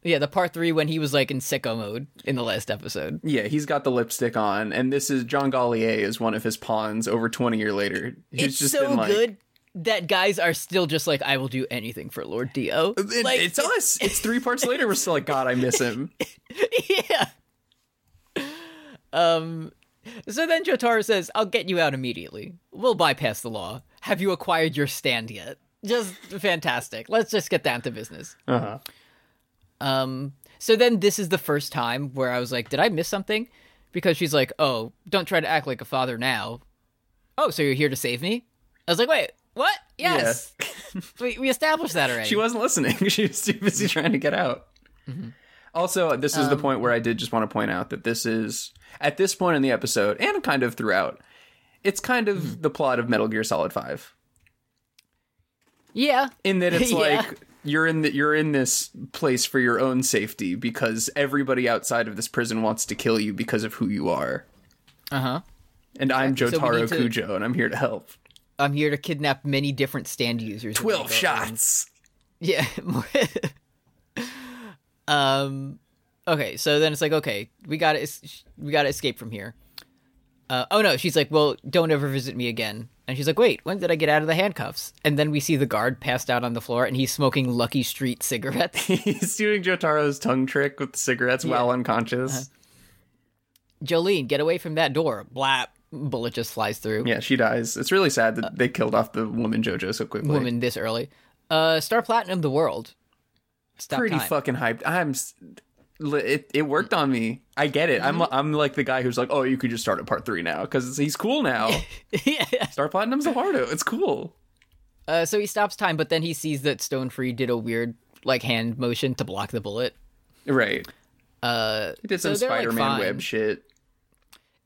Speaker 2: Yeah, the part three when he was like in sicko mode in the last episode.
Speaker 3: Yeah, he's got the lipstick on, and this is John Gallier is one of his pawns over twenty year later. He's
Speaker 2: It's so
Speaker 3: been like,
Speaker 2: good that guys are still just like, I will do anything for Lord Dio.
Speaker 3: "It-
Speaker 2: like,
Speaker 3: it's us. It's three parts later. We're still like, God, I miss him.
Speaker 2: yeah. Um. So then Jotaro says, "I'll get you out immediately. We'll bypass the law. Have you acquired your stand yet? Just fantastic. Let's just get down to business."
Speaker 3: Uh-huh.
Speaker 2: Um. So then this is the first time where I was like, "Did I miss something?" Because she's like, "Oh, don't try to act like a father now." Oh, so you're here to save me? I was like, "Wait, what? Yes, we, we established that already." Mm-hmm.
Speaker 3: She wasn't listening. She was too busy trying to get out. Also, this is the
Speaker 2: Um,
Speaker 3: point where I did just want to point out that this is at this point in the episode and kind of throughout, it's kind
Speaker 2: Mm-hmm.
Speaker 3: of the plot of Metal Gear Solid 5
Speaker 2: Yeah.
Speaker 3: in that it's
Speaker 2: Yeah.
Speaker 3: like you're in the, you're in this place for your own safety because everybody outside of this prison wants to kill you because of who you are.
Speaker 2: Uh huh.
Speaker 3: And I'm
Speaker 2: Exactly. So we
Speaker 3: Jotaro
Speaker 2: need to-
Speaker 3: Kujo and I'm here to help.
Speaker 2: I'm here to kidnap many different stand users. and
Speaker 3: Twelve
Speaker 2: they go on-
Speaker 3: shots.
Speaker 2: Yeah. more- um. Okay, so then it's like, okay, we gotta es- we gotta escape from here. Uh, oh no, she's like, well, don't ever visit me again. And she's like, wait, when did I get out of the handcuffs? And then we see the guard passed out on the floor, and he's smoking Lucky Street cigarettes.
Speaker 3: He's doing Jotaro's tongue trick with the cigarettes while unconscious.
Speaker 2: Uh-huh. Jolene, get away from that door! Blap. Bullet just flies through.
Speaker 3: Yeah, she dies. It's really sad that they killed off the woman JoJo so quickly.
Speaker 2: Uh, Woman this early. Uh, Star Platinum, the world. Stop
Speaker 3: pretty
Speaker 2: time.
Speaker 3: fucking hyped. I'm. s- li- It, it worked on me. I get it.
Speaker 2: Mm-hmm.
Speaker 3: I'm I'm like the guy who's like, oh, you could just start at part three now because he's cool now.
Speaker 2: yeah.
Speaker 3: Star Platinum's a hardo. It's cool.
Speaker 2: Uh, so he stops time, but then he sees that Stone Free did a weird like hand motion to block the bullet.
Speaker 3: Right.
Speaker 2: Uh,
Speaker 3: He did some
Speaker 2: So they're, like,
Speaker 3: Spider-Man
Speaker 2: fine.
Speaker 3: web shit.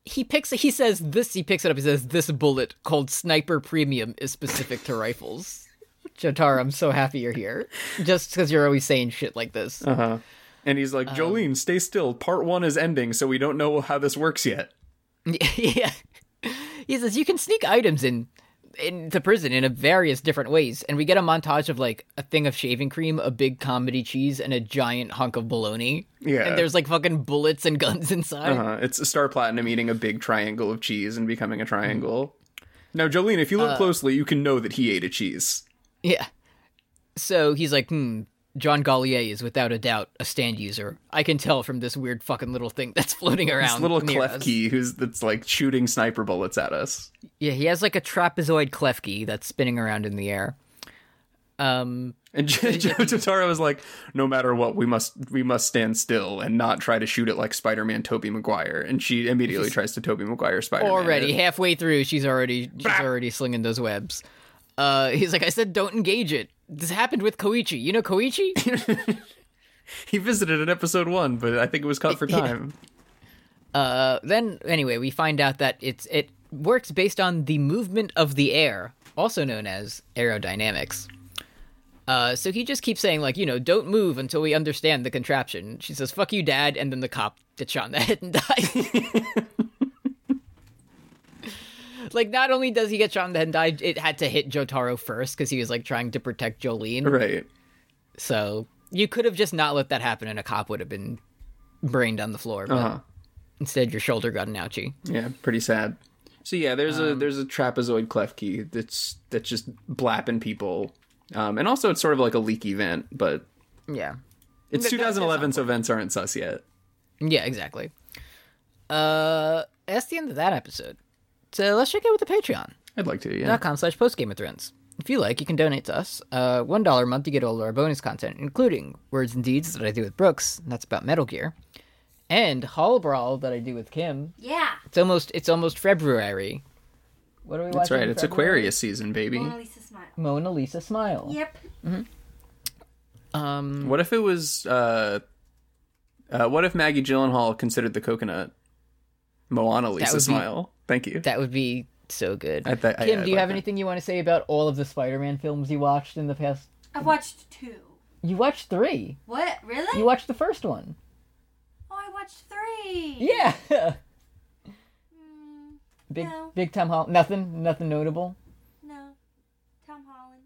Speaker 2: he picks. He says this. He picks it up. He says this bullet called Sniper Premium is specific to rifles. Jotaro, I'm so happy you're here. Just because you're always saying shit like this.
Speaker 3: And he's
Speaker 2: Um,
Speaker 3: like, Jolene, stay still. Part one is ending, so we don't know how this works yet.
Speaker 2: yeah. He says you can sneak items in into prison in a various different ways, and we get a montage of like a thing of shaving cream, a big comedy cheese, and a giant hunk of bologna.
Speaker 3: Yeah.
Speaker 2: And there's like fucking bullets and guns inside.
Speaker 3: Uh, it's a Star Platinum eating a big triangle of cheese and becoming a triangle. Now, Jolene, if you look closely, you can know that he ate a cheese.
Speaker 2: Yeah. So he's like, hmm, John Gallier is without a doubt a stand user. I can tell from this weird fucking little thing that's floating around.
Speaker 3: This little
Speaker 2: near us."
Speaker 3: Klefki who's that's like shooting sniper bullets at us.
Speaker 2: Yeah, he has like a trapezoid Klefki that's spinning around in the air. Um,
Speaker 3: And Joe Totaro is like, no matter what, we must we must stand still and not try to shoot it like Spider-Man Toby Maguire. And she immediately tries to Toby Maguire Spider-Man.
Speaker 2: already
Speaker 3: it.
Speaker 2: halfway through, she's already she's
Speaker 3: Bah!
Speaker 2: already slinging those webs. Uh, he's like, I said, don't engage it. This happened with Koichi. You know Koichi?
Speaker 3: He visited in episode one, but I think it was cut for time.
Speaker 2: Uh, then anyway, we find out that it's it works based on the movement of the air, also known as aerodynamics. Uh, so he just keeps saying like, you know, don't move until we understand the contraption. She says, "Fuck you, Dad," and then the cop gets shot in the head and dies. like, not only does he get shot in the head and die, it had to hit Jotaro first because he was like trying to protect Jolene.
Speaker 3: Right.
Speaker 2: So you could have just not let that happen, and a cop would have been brained on the floor. But
Speaker 3: Uh-huh.
Speaker 2: Instead, your shoulder got an ouchie.
Speaker 3: Yeah, pretty sad. Um, So yeah, there's a there's a trapezoid Klefki that's that's just blapping people. Um, and also it's sort of like a leaky vent, but
Speaker 2: Yeah.
Speaker 3: it's 2011, so vents aren't sus yet.
Speaker 2: Yeah, exactly. Uh, that's the end of that episode. So let's check out with the Patreon.
Speaker 3: I'd like to, yeah.
Speaker 2: dot com slash postgame of thrones. If you like, you can donate to us. Uh, one dollar a month to get all our bonus content, including words and deeds that I do with Brooks, and that's about Metal Gear, and Hall Brawl that I do with Kim.
Speaker 4: Yeah.
Speaker 2: It's almost it's almost February. What are we
Speaker 3: That's
Speaker 2: watching?
Speaker 3: right.
Speaker 2: in
Speaker 3: It's
Speaker 2: February?
Speaker 3: Aquarius season, baby.
Speaker 4: Mona Lisa smile.
Speaker 2: Mona Lisa smile.
Speaker 4: Yep.
Speaker 2: Um,
Speaker 3: What if it was? Uh, uh, what if Maggie Gyllenhaal considered the coconut? Moana Lisa
Speaker 2: would be-
Speaker 3: smile. Thank you.
Speaker 2: that would be so good.
Speaker 3: I th- I-
Speaker 2: Kim,
Speaker 3: I'd
Speaker 2: do you
Speaker 3: like
Speaker 2: have
Speaker 3: that.
Speaker 2: anything you want to say about all of the Spider-Man films you watched in the past?
Speaker 4: I've watched two.
Speaker 2: You watched three.
Speaker 4: What? Really?
Speaker 2: You watched the first one.
Speaker 4: oh, I watched three.
Speaker 2: Yeah.
Speaker 4: Mm,
Speaker 2: big
Speaker 4: No.
Speaker 2: big Tom Holland. Nothing. Nothing notable.
Speaker 4: no. Tom Holland.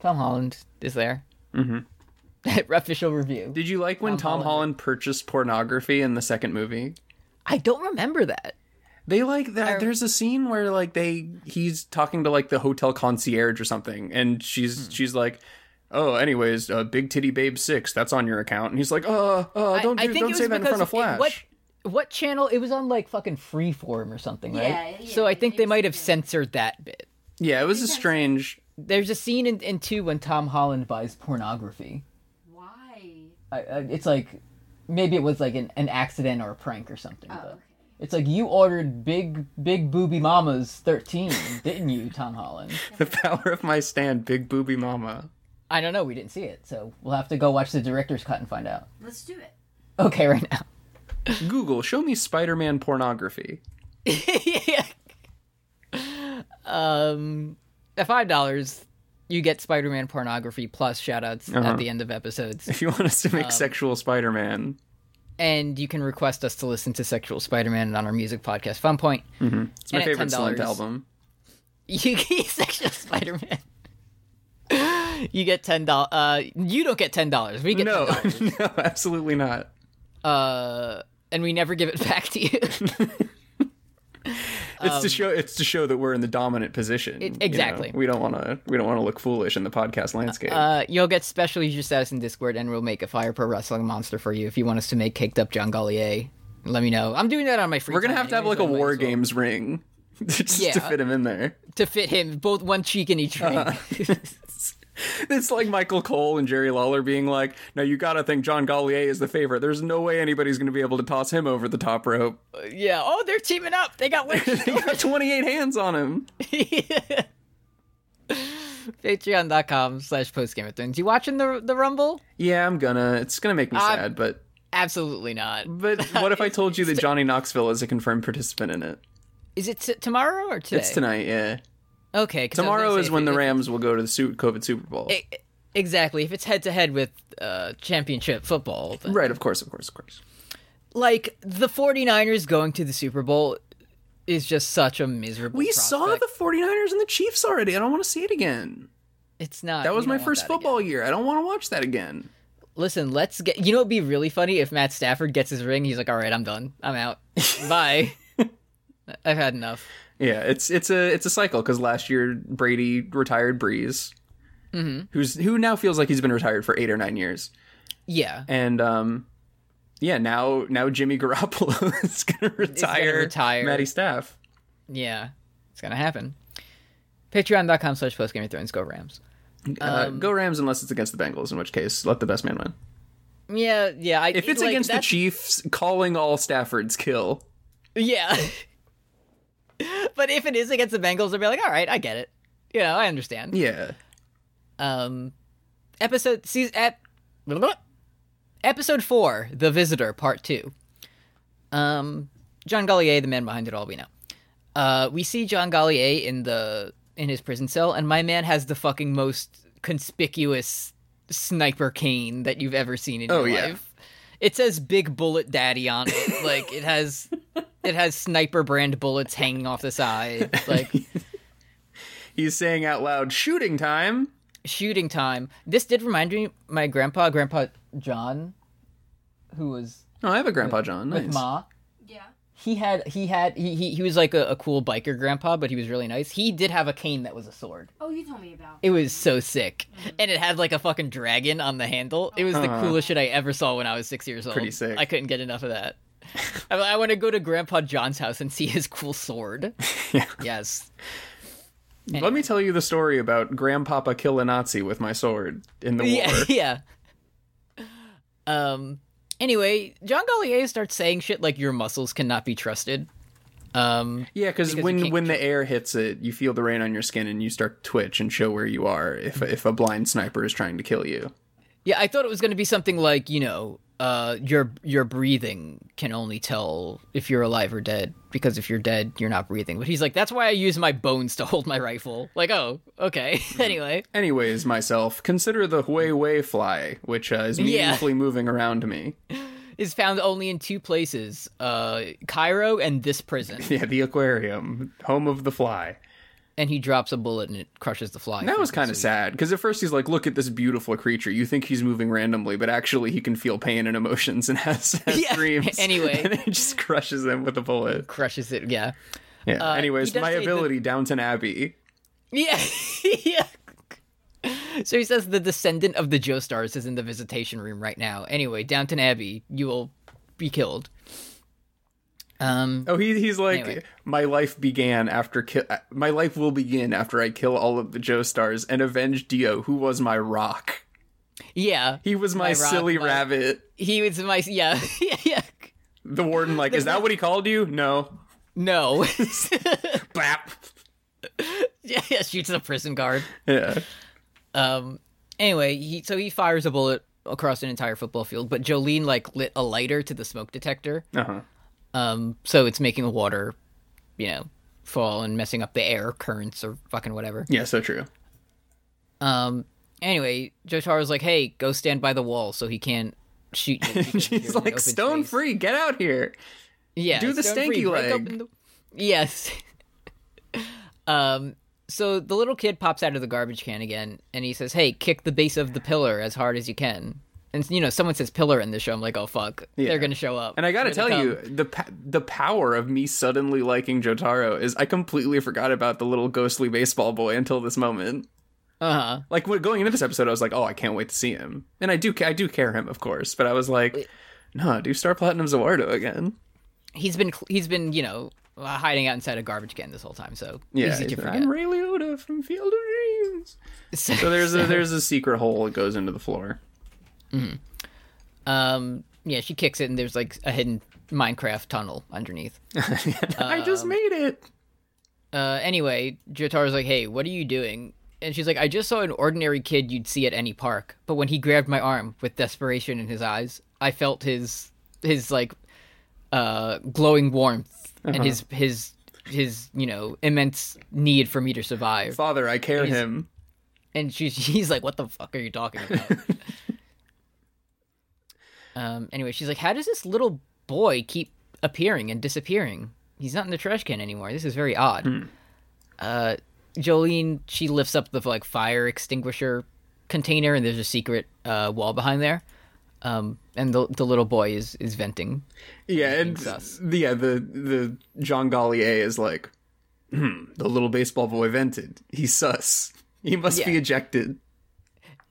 Speaker 2: Tom Holland is there.
Speaker 3: Mhm.
Speaker 2: Official review.
Speaker 3: Did you like when Tom,
Speaker 2: Tom
Speaker 3: Holland.
Speaker 2: Holland.
Speaker 3: purchased pornography in the second movie?
Speaker 2: I don't remember that.
Speaker 3: They like that.
Speaker 2: I-
Speaker 3: There's a scene where like they he's talking to like the hotel concierge or something, and
Speaker 2: Hmm.
Speaker 3: she's she's like. Oh, anyways, uh, Big Titty Babe Six. That's on your account, and he's like, "Uh, uh, don't
Speaker 2: I, I
Speaker 3: do,
Speaker 2: think it
Speaker 3: don't
Speaker 2: was
Speaker 3: say that in
Speaker 2: because
Speaker 3: front of
Speaker 2: it-
Speaker 3: Flash."
Speaker 2: what what channel? It was on like fucking Freeform or something, right?
Speaker 4: Yeah, yeah,
Speaker 2: so I
Speaker 4: it-
Speaker 2: think
Speaker 4: it
Speaker 2: they
Speaker 4: was
Speaker 2: might have
Speaker 4: there.
Speaker 2: censored that bit.
Speaker 3: Yeah, it was a strange.
Speaker 2: There's a scene in, in two when Tom Holland buys pornography.
Speaker 4: Why?
Speaker 2: I, I, it's like maybe it was like an, an accident or a prank or something.
Speaker 4: Oh,
Speaker 2: but
Speaker 4: okay.
Speaker 2: It's like you ordered big big booby mamas thirteen, didn't you, Tom Holland?
Speaker 3: The power of my stand, Big Booby Mama.
Speaker 2: I don't know. We didn't see it, so we'll have to go watch the director's cut and find out.
Speaker 4: Let's do it.
Speaker 2: okay right now.
Speaker 3: Google, show me Spider-Man pornography.
Speaker 2: um, at five dollars, you get Spider-Man pornography plus shoutouts
Speaker 3: Uh-huh.
Speaker 2: at the end of episodes,
Speaker 3: If you want us to
Speaker 2: Um,
Speaker 3: make sexual Spider-Man,
Speaker 2: and you can request us to listen to Sexual Spider-Man on our music podcast Fun Point.
Speaker 3: Mm-hmm. it's my
Speaker 2: and at
Speaker 3: favorite Slint
Speaker 2: $10.
Speaker 3: album.
Speaker 2: You get Sexual Spider-Man. You get ten dollars. Uh, you don't get ten dollars. We get
Speaker 3: No,
Speaker 2: $10.
Speaker 3: no, absolutely not.
Speaker 2: uh, and we never give it back to you.
Speaker 3: It's to show it's to show that we're in the dominant position. you know?
Speaker 2: Um, exactly.
Speaker 3: We don't want to we don't want to look foolish in the podcast landscape.
Speaker 2: Uh, you'll get special user status in Discord, and we'll make a Fire Pro Wrestling monster for you if you want us to make caked up John Gallier. Let me know. I'm doing that on my free.
Speaker 3: we're gonna
Speaker 2: time
Speaker 3: have to have
Speaker 2: anyway,
Speaker 3: like
Speaker 2: so
Speaker 3: a
Speaker 2: I might
Speaker 3: War
Speaker 2: as well-
Speaker 3: Games ring just to
Speaker 2: Yeah.
Speaker 3: fit him in there.
Speaker 2: to fit him, both one cheek in each
Speaker 3: Uh-huh.
Speaker 2: ring.
Speaker 3: It's like Michael Cole and Jerry Lawler being like, "No, you gotta think John Gallier is the favorite. There's no way anybody's gonna be able to toss him over the top rope.
Speaker 2: yeah. Oh, they're teaming up. They got winners.
Speaker 3: He got 28 hands on him."
Speaker 2: Patreon.com slash postgame of thrones. You watching the the Rumble?
Speaker 3: Yeah, I'm gonna. It's gonna make me
Speaker 2: I'm-
Speaker 3: sad, but
Speaker 2: Absolutely not.
Speaker 3: but what if I told you that Johnny Knoxville is a confirmed participant in it?
Speaker 2: Is it t- tomorrow or today?
Speaker 3: It's tonight. Yeah,
Speaker 2: Okay. 'cause I was gonna
Speaker 3: tomorrow
Speaker 2: say
Speaker 3: is
Speaker 2: if
Speaker 3: when
Speaker 2: it-
Speaker 3: the Rams will go to the Su- COVID Super Bowl.
Speaker 2: e- Exactly. If it's head to head with uh, championship football, then-
Speaker 3: Right, of course, of course, of course.
Speaker 2: like the 49ers going to the Super Bowl is just such a miserable
Speaker 3: We saw
Speaker 2: prospect.
Speaker 3: the 49ers and the Chiefs already. I don't want to see it again.
Speaker 2: it's not
Speaker 3: That was
Speaker 2: you
Speaker 3: my
Speaker 2: don't want
Speaker 3: first
Speaker 2: that
Speaker 3: football
Speaker 2: again.
Speaker 3: year. I don't want to watch that again.
Speaker 2: listen let's get you know it'd be really funny if matt stafford gets his ring he's like all right i'm done i'm out bye i've had enough
Speaker 3: Yeah, it's it's a it's a cycle because last year Brady retired Breeze,
Speaker 2: Mm-hmm.
Speaker 3: who's who now feels like he's been retired for eight or nine years,
Speaker 2: yeah
Speaker 3: and um, yeah, now now Jimmy Garoppolo is gonna retire,
Speaker 2: retire.
Speaker 3: Matty Staff.
Speaker 2: yeah it's gonna happen patreon.com slash postgame of thrones go rams
Speaker 3: Uh,
Speaker 2: Um,
Speaker 3: go Rams unless it's against the Bengals, in which case let the best man win.
Speaker 2: yeah yeah I,
Speaker 3: If it's
Speaker 2: like,
Speaker 3: against the
Speaker 2: that's-
Speaker 3: Chiefs, calling all Staffords kill.
Speaker 2: yeah but if it is against the bengals i'll be like all right i get it you know i understand
Speaker 3: Yeah,
Speaker 2: um episode season ep, blah, blah, blah. episode 4 the visitor part 2 um john gallier the man behind it all we know uh we see john gallier in the in his prison cell and my man has the fucking most conspicuous sniper cane that you've ever seen in
Speaker 3: Oh,
Speaker 2: your
Speaker 3: yeah.
Speaker 2: life it says big bullet daddy on it like it has it has sniper brand bullets hanging off the side like
Speaker 3: he's saying out loud, "Shooting time."
Speaker 2: shooting time. This did remind me my grandpa, Grandpa John, who was
Speaker 3: Oh, I have a Grandpa John. Nice.
Speaker 2: with Ma.
Speaker 4: Yeah.
Speaker 2: He had he had he he, he was like a, a cool biker grandpa, but he was really nice. He did have a cane that was a sword.
Speaker 4: Oh, you told me about.
Speaker 2: It was so sick, and it had like a fucking dragon on the handle. It was the coolest shit I ever saw when I was six years old.
Speaker 3: Pretty sick.
Speaker 2: I couldn't get enough of that. I, I want to go to Grandpa John's house and see his cool sword. Yes.
Speaker 3: Let me tell you the story about Grandpapa kill a Nazi with my sword in the war.
Speaker 2: Yeah, yeah. Um. Anyway, John Gallier starts saying shit like your muscles cannot be trusted. Um.
Speaker 3: Yeah, cause
Speaker 2: you
Speaker 3: when
Speaker 2: can't
Speaker 3: when the air hits it, you feel the rain on your skin and you start to twitch and show where you are if if a blind sniper is trying to kill you.
Speaker 2: Yeah, I thought it was gonna be something like you know, uh, your your breathing can only tell if you're alive or dead because if you're dead, you're not breathing. But he's like, that's why I use my bones to hold my rifle. Like, oh, okay.
Speaker 3: Hmm.
Speaker 2: anyway,
Speaker 3: Anyways, myself, consider the Hui Wei fly, which uh, is
Speaker 2: Yeah.
Speaker 3: meaningfully moving around me.
Speaker 2: is found only in two places: uh, Cairo and this prison.
Speaker 3: Yeah, the aquarium, home of the fly.
Speaker 2: and he drops a bullet and it crushes the fly.
Speaker 3: And that was
Speaker 2: frequency.
Speaker 3: kind of sad because at first he's like, "Look at this beautiful creature." You think he's moving randomly, but actually he can feel pain and emotions and has, has
Speaker 2: Yeah,
Speaker 3: dreams.
Speaker 2: anyway.
Speaker 3: and it just crushes him with a bullet.
Speaker 2: crushes it. Yeah. Uh,
Speaker 3: Yeah. Anyways,
Speaker 2: he does
Speaker 3: my
Speaker 2: say that-
Speaker 3: ability, Downton Abbey.
Speaker 2: Yeah. yeah. So he says the descendant of the Joestars is in the visitation room right now. Anyway, Downton Abbey, you will be killed. Um,
Speaker 3: Oh, he, he's like,
Speaker 2: Anyway.
Speaker 3: my life began after ki- uh, my life will begin after I kill all of the Joe stars and avenge Dio, who was my rock.
Speaker 2: yeah.
Speaker 3: He was
Speaker 2: My
Speaker 3: my,
Speaker 2: rock,
Speaker 3: silly
Speaker 2: my-
Speaker 3: rabbit.
Speaker 2: He was my yeah, yeah, yeah.
Speaker 3: The warden like, is that what he called you? No.
Speaker 2: No.
Speaker 3: Bap.
Speaker 2: yeah, yeah, shoots the prison guard.
Speaker 3: Yeah.
Speaker 2: Um anyway, he so he fires a bullet across an entire football field, but Jolene like lit a lighter to the smoke detector,
Speaker 3: Uh huh.
Speaker 2: um, so it's making the water, you know, fall and messing up the air currents or fucking whatever.
Speaker 3: Yeah, so true.
Speaker 2: Um, anyway, Jotaro's like, "Hey, go stand by the wall so he can't shoot you." because you're in
Speaker 3: He's
Speaker 2: an
Speaker 3: like
Speaker 2: open
Speaker 3: stone
Speaker 2: space."
Speaker 3: free. Get out here.
Speaker 2: Yeah,
Speaker 3: Do the
Speaker 2: stone free,
Speaker 3: stanky
Speaker 2: break
Speaker 3: leg.
Speaker 2: open the- Yes. um. So the little kid pops out of the garbage can again, and he says, "Hey, kick the base of the pillar as hard as you can." And you know, someone says "pillar" in the show. I'm like, "Oh fuck,
Speaker 3: Yeah.
Speaker 2: they're gonna show up."
Speaker 3: And I gotta
Speaker 2: Here they
Speaker 3: tell you, the pa- the power of me suddenly liking Jotaro is I completely forgot about the little ghostly baseball boy until this moment.
Speaker 2: come. uh-huh.
Speaker 3: Like when- going into this episode, I was like, oh, I can't wait to see him, and I do ca- I do care him, of course, but I was like, no, do Star Platinum Zawardo again.
Speaker 2: He's been cl- he's been you know uh, hiding out inside a garbage can this whole time, so
Speaker 3: Yeah,
Speaker 2: easy to
Speaker 3: he's-
Speaker 2: forget.
Speaker 3: I'm Ray Liotta from Field of Dreams.
Speaker 2: So-
Speaker 3: So there's a there's a secret hole that goes into the floor.
Speaker 2: um, yeah, she kicks it, and there's like a hidden Minecraft tunnel underneath.
Speaker 3: I just made it.
Speaker 2: Uh, anyway, Jotaro's like, hey, what are you doing? And she's like, I just saw an ordinary kid you'd see at any park, but when he grabbed my arm with desperation in his eyes, I felt his his like uh glowing warmth and his his his you know immense need for me to survive.
Speaker 3: Father, I care him.
Speaker 2: And she's she's like, what the fuck are you talking about? um. Anyway, she's like, how does this little boy keep appearing and disappearing? He's not in the trash can anymore. This is very odd. Uh, Jolene, she lifts up the like fire extinguisher container, and there's a secret uh, wall behind there. Um, and the the little boy is is venting.
Speaker 3: Yeah, and
Speaker 2: sus.
Speaker 3: the- yeah, the the Jean Gallier is like, hmm, the little baseball boy vented. He's sus. He must be
Speaker 2: Yeah.
Speaker 3: ejected.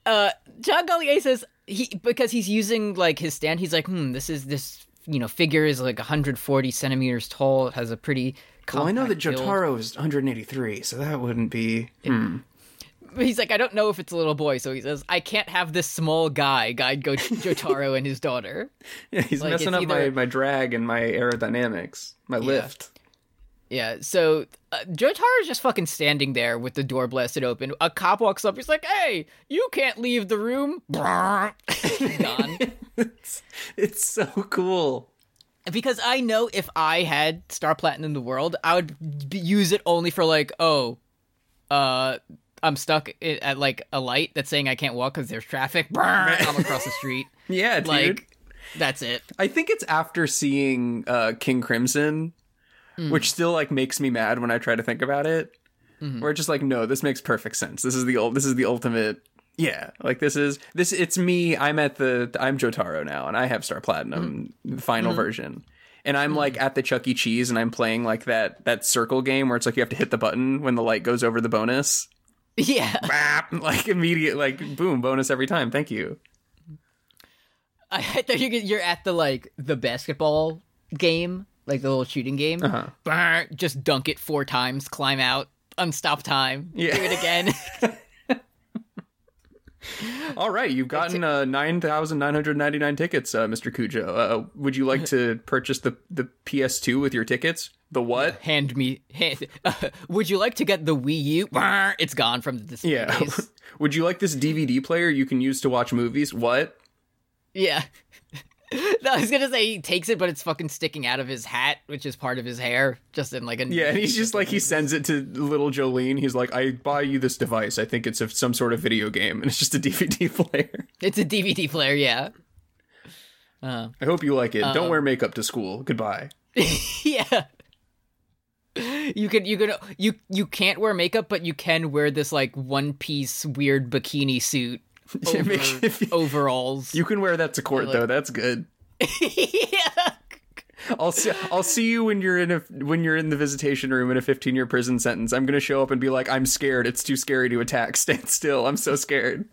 Speaker 2: uh, John Gallier says he because he's using like his stand. He's like, hmm, this is this you know figure is like 140 centimeters tall. It has a pretty.
Speaker 3: Well, I know that
Speaker 2: compact build.
Speaker 3: Jotaro is 183, so that wouldn't be.
Speaker 2: He's like, I don't know if it's a little boy, so he says, I can't have this small guy guide Go- Jotaro and his daughter.
Speaker 3: Yeah, he's
Speaker 2: Like,
Speaker 3: messing
Speaker 2: it's
Speaker 3: up my,
Speaker 2: either-
Speaker 3: my drag and my aerodynamics, my lift.
Speaker 2: Yeah, so uh, Jotaro's just fucking standing there with the door blasted open. A cop walks up. He's like, "Hey, you can't leave the room." Gone.
Speaker 3: It's so cool.
Speaker 2: because I know if I had Star Platinum in the world, I would b- use it only for like, oh, uh, I'm stuck i- at like a light that's saying I can't walk because there's traffic. Brr, I'm across the street.
Speaker 3: Yeah, dude.
Speaker 2: Like, that's it.
Speaker 3: I think it's after seeing uh, King Crimson, which still like makes me mad when I try to think about it. Where it's just like, no, this makes perfect sense. This is the ul- this is the ultimate. Yeah, like this is this. It's me. I'm at the. I'm Jotaro now, and I have Star Platinum the final version. And I'm like at the Chuck E. Cheese, and I'm playing like that that circle game where it's like you have to hit the button when the light goes over the bonus.
Speaker 2: Yeah.
Speaker 3: Bap! Like immediate, like boom, bonus every time. Thank you.
Speaker 2: I thought you could, you're at the like the basketball game, like the little shooting game.
Speaker 3: Uh-huh.
Speaker 2: Brr, just dunk it four times, climb out, unstop time,
Speaker 3: Yeah.
Speaker 2: do it again.
Speaker 3: All right, you've gotten uh, nine thousand nine hundred ninety nine tickets, uh, Mister Cujo. Uh, would you like to purchase the the PS2 with your tickets? The what?
Speaker 2: hand me. Hand, would you like to get the Wii U? Brr, it's gone from the display.
Speaker 3: Yeah.
Speaker 2: case.
Speaker 3: would you like this DVD player you can use to watch movies? What?
Speaker 2: Yeah. No, I was gonna say he takes it, but it's fucking sticking out of his hat, which is part of his hair, just in like a
Speaker 3: Yeah, and he's just like he sends it to little Jolene. He's like, "I buy you this device. I think it's of some sort of video game, and it's just a DVD player.
Speaker 2: it's a DVD player, yeah,
Speaker 3: I hope you like it. Don't wear makeup to school. Goodbye."
Speaker 2: yeah. You can you can you you can't wear makeup, but you can wear this like one piece weird bikini suit
Speaker 3: Yeah, make- if you-
Speaker 2: overalls.
Speaker 3: You can wear that to court though. That's good.
Speaker 2: yeah.
Speaker 3: I'll see. I'll see you when you're in a when you're in the visitation room in a 15 year prison sentence. I'm gonna show up and be like, I'm scared. It's too scary to attack. Stand still. I'm so scared.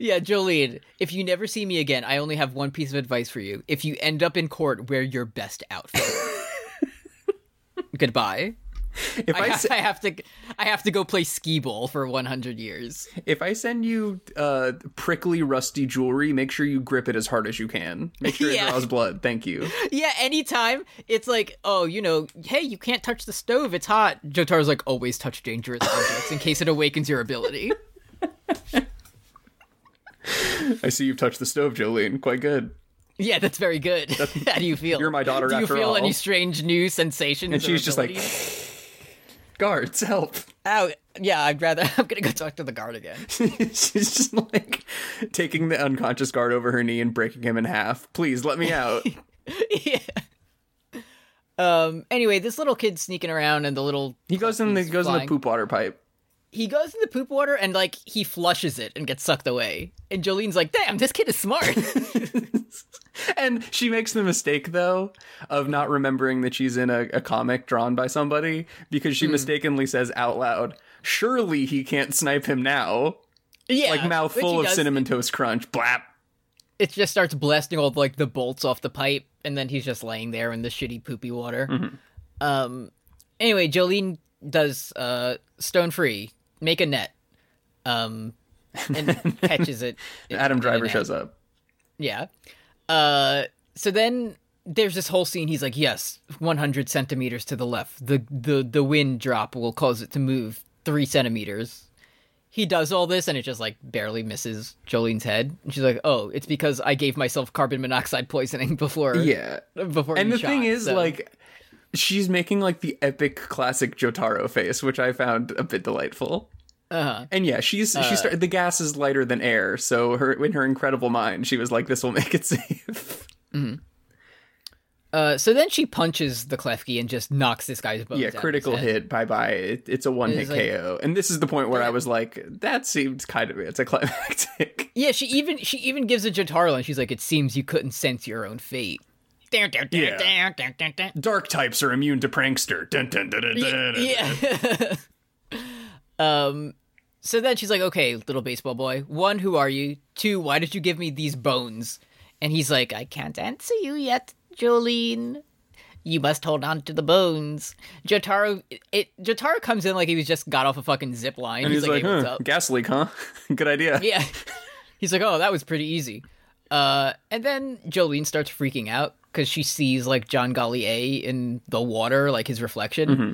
Speaker 2: Yeah, Jolene, if you never see me again, I only have one piece of advice for you. If you end up in court, wear your best outfit. Goodbye.
Speaker 3: If
Speaker 2: I,
Speaker 3: I, se-
Speaker 2: I have to I have to go play skee ball for 100 years.
Speaker 3: if I send you uh, prickly rusty jewelry, make sure you grip it as hard as you can. Make sure
Speaker 2: Yeah.
Speaker 3: it draws blood. Thank you.
Speaker 2: Yeah, anytime it's like, oh, you know, hey, you can't touch the stove, it's hot. Jotaro's like, always touch dangerous objects in case it awakens your ability.
Speaker 3: I see you've touched the stove, Jolene. Quite good.
Speaker 2: Yeah, that's very good. How do you feel?
Speaker 3: You're my daughter
Speaker 2: Do you
Speaker 3: after
Speaker 2: feel
Speaker 3: all.
Speaker 2: any strange new sensations?
Speaker 3: And
Speaker 2: or
Speaker 3: she's just like,
Speaker 2: abilities?
Speaker 3: guards, help.
Speaker 2: "Ow, Oh, yeah, I'd rather. I'm gonna go talk to the guard again."
Speaker 3: she's just like taking the unconscious guard over her knee and breaking him in half. Please let me out.
Speaker 2: yeah. Um. Anyway, this little kid sneaking around, and the little
Speaker 3: He goes in the
Speaker 2: He's
Speaker 3: goes in the
Speaker 2: flying.
Speaker 3: poop water pipe.
Speaker 2: he goes in the poop water, and like he flushes it and gets sucked away. And Jolene's like, "Damn, this kid is smart."
Speaker 3: And she makes the mistake though of not remembering that she's in a, a comic drawn by somebody because
Speaker 2: Hmm.
Speaker 3: she mistakenly says out loud, "Surely he can't snipe him now."
Speaker 2: yeah,
Speaker 3: Like mouth
Speaker 2: which he
Speaker 3: full of
Speaker 2: does.
Speaker 3: cinnamon toast crunch. Blap.
Speaker 2: It just starts blasting all like the bolts off the pipe, and then he's just laying there in the shitty poopy water. Um. Anyway, Jolene does uh stone free make a net, um, and catches it.
Speaker 3: Adam Driver
Speaker 2: shows
Speaker 3: shows up.
Speaker 2: Yeah. Uh, so then there's this whole scene. He's like, "Yes, 100 centimeters to the left. The the the wind drop will cause it to move three centimeters." He does all this, and it just like barely misses Jolene's head. And she's like, "Oh, it's because I gave myself carbon monoxide poisoning before."
Speaker 3: Yeah.
Speaker 2: Before
Speaker 3: And
Speaker 2: he
Speaker 3: the
Speaker 2: shot,
Speaker 3: thing is
Speaker 2: so-
Speaker 3: like she's making like the epic classic Jotaro face, which I found a bit delightful.
Speaker 2: uh-huh.
Speaker 3: And yeah, she's she started the gas is lighter than air, so her in her incredible mind, she was like this will make it safe.
Speaker 2: uh, so then she punches the Klefki and just knocks this guy's bones.
Speaker 3: yeah,
Speaker 2: out of his
Speaker 3: critical
Speaker 2: head.
Speaker 3: hit. Bye bye. It, it's a one hit
Speaker 2: It's like-
Speaker 3: KO. And this is the point where I was like, that seems kind of it's a climactic.
Speaker 2: Yeah, she even she even gives a Jotaro, and she's like, "It seems you couldn't sense your own fate."
Speaker 3: Yeah. Dark types are immune to prankster. Dun, dun, dun, dun, dun, dun.
Speaker 2: yeah. um. So then she's like, "Okay, little baseball boy. One, who are you? Two, why did you give me these bones?" And he's like, "I can't answer you yet, Jolene. You must hold on to the bones." Jotaro, it Jotaro comes in like he was just got off a fucking zip line.
Speaker 3: And he's, like,
Speaker 2: "Hey, what's
Speaker 3: huh,
Speaker 2: up?"
Speaker 3: gas leak, huh? Good idea.
Speaker 2: Yeah. He's like, oh, that was pretty easy. Uh, and then Jolene starts freaking out because she sees like John Gollier in the water, like his reflection.
Speaker 3: Mm-hmm.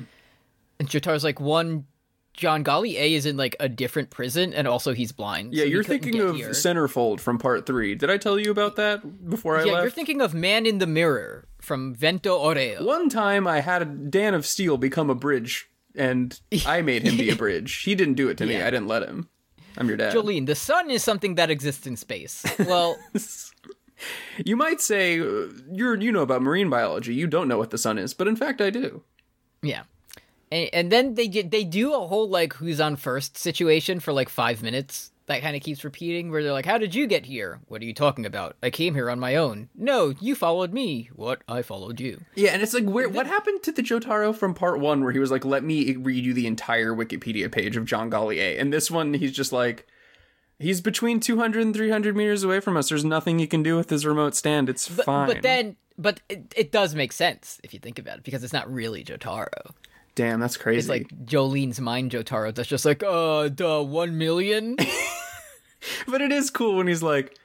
Speaker 2: And Jotaro's like, one, John Gollier is in like a different prison, and also he's blind.
Speaker 3: Yeah,
Speaker 2: so he
Speaker 3: you're
Speaker 2: couldn't
Speaker 3: thinking
Speaker 2: get
Speaker 3: of
Speaker 2: here.
Speaker 3: Centerfold from part three. Did I tell you about that before I
Speaker 2: Yeah,
Speaker 3: left?
Speaker 2: you're thinking of Man in the Mirror from Vento Oreo.
Speaker 3: One time I had a Dan of Steel become a bridge, and I made him be a bridge. He didn't do it to me.
Speaker 2: Yeah.
Speaker 3: I didn't let him. I'm your dad.
Speaker 2: Jolene, the sun is something that exists in space. Well,
Speaker 3: You might say uh, you're you know about marine biology. You don't know what the sun is, but in fact I do.
Speaker 2: Yeah. And, and then they get, they do a whole like who's on first situation for like five minutes. That kind of keeps repeating where they're like, "How did you get here? What are you talking about? I came here on my own. No, you followed me. What? I followed you.
Speaker 3: Yeah, and it's like where what happened to the Jotaro from part one where he was like, "Let me read you the entire Wikipedia page of John Gallier," and this one he's just like. He's between 200 and 300 meters away from us. There's nothing he can do with his remote stand. It's
Speaker 2: But,
Speaker 3: fine.
Speaker 2: but then, but it, it does make sense if you think about it because it's not really Jotaro.
Speaker 3: Damn, that's crazy.
Speaker 2: It's like Jolene's mind Jotaro that's just like, uh, duh, one million.
Speaker 3: But it is cool when he's like,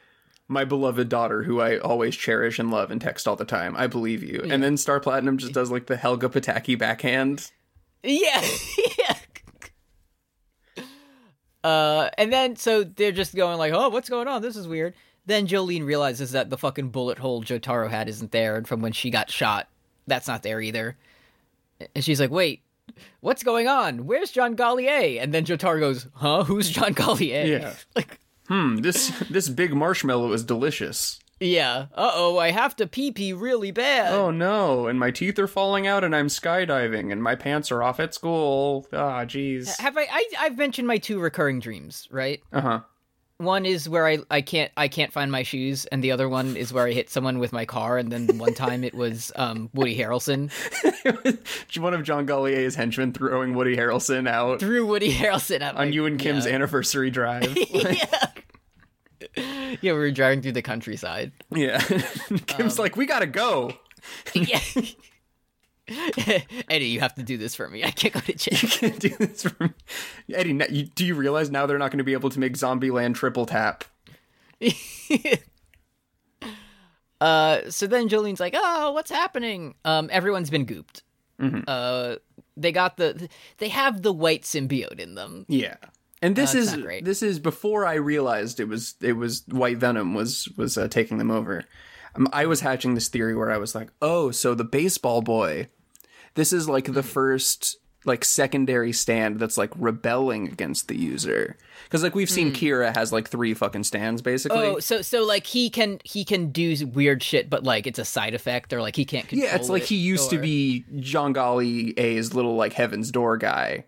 Speaker 3: my beloved daughter, who I always cherish and love and text all the time. I believe you. And then Star Platinum just does like the Helga Pataki backhand.
Speaker 2: Yeah. yeah. Uh, and then so they're just going like, "Oh, what's going on? This is weird." Then Jolene realizes that the fucking bullet hole Jotaro had isn't there, and from when she got shot, that's not there either. And she's like, "Wait, what's going on? Where's John Gallier?" And then Jotaro goes, "Huh? Who's John Gallier?"
Speaker 3: Yeah.
Speaker 2: like,
Speaker 3: Hmm, this this big marshmallow is delicious.
Speaker 2: yeah. Uh oh, I have to pee pee really bad.
Speaker 3: Oh no, and my teeth are falling out and I'm skydiving and my pants are off at school. Ah, jeez.
Speaker 2: Have I, I? I've mentioned my two recurring dreams, right?
Speaker 3: Uh-huh.
Speaker 2: one is where I, I can't I can't find my shoes, and the other one is where I hit someone with my car. And then one time it was um, Woody Harrelson
Speaker 3: One of John Gallier's henchmen throwing Woody Harrelson out
Speaker 2: threw Woody Harrelson at
Speaker 3: on
Speaker 2: my-
Speaker 3: you and Kim's anniversary drive.
Speaker 2: Yeah, we were driving through the countryside.
Speaker 3: yeah. Kim's like, we gotta go.
Speaker 2: Yeah. Eddie, you have to do this for me. I can't go to jail.
Speaker 3: can't do this for me. Eddie, now, you, do you realize now they're not going to be able to make Zombieland triple tap?
Speaker 2: Uh, so then Jolene's like, "Oh, what's happening?" Um, everyone's been gooped.
Speaker 3: Mm-hmm.
Speaker 2: Uh, they got the they have the white symbiote in them.
Speaker 3: Yeah. And this
Speaker 2: Uh, it's
Speaker 3: is
Speaker 2: not great.
Speaker 3: this is before I realized it was it was White Venom was was uh, taking them over. Um, I was hatching this theory where I was like, oh, so the baseball boy, this is like the first like secondary stand that's like rebelling against the user because like we've seen Kira has like three fucking stands basically.
Speaker 2: Hmm. Oh, so so like he can he can do weird shit, but like it's a side effect, or like he can't. Control
Speaker 3: Yeah, it's like
Speaker 2: it,
Speaker 3: he used to
Speaker 2: or-
Speaker 3: be Jongali A's little like Heaven's Door guy.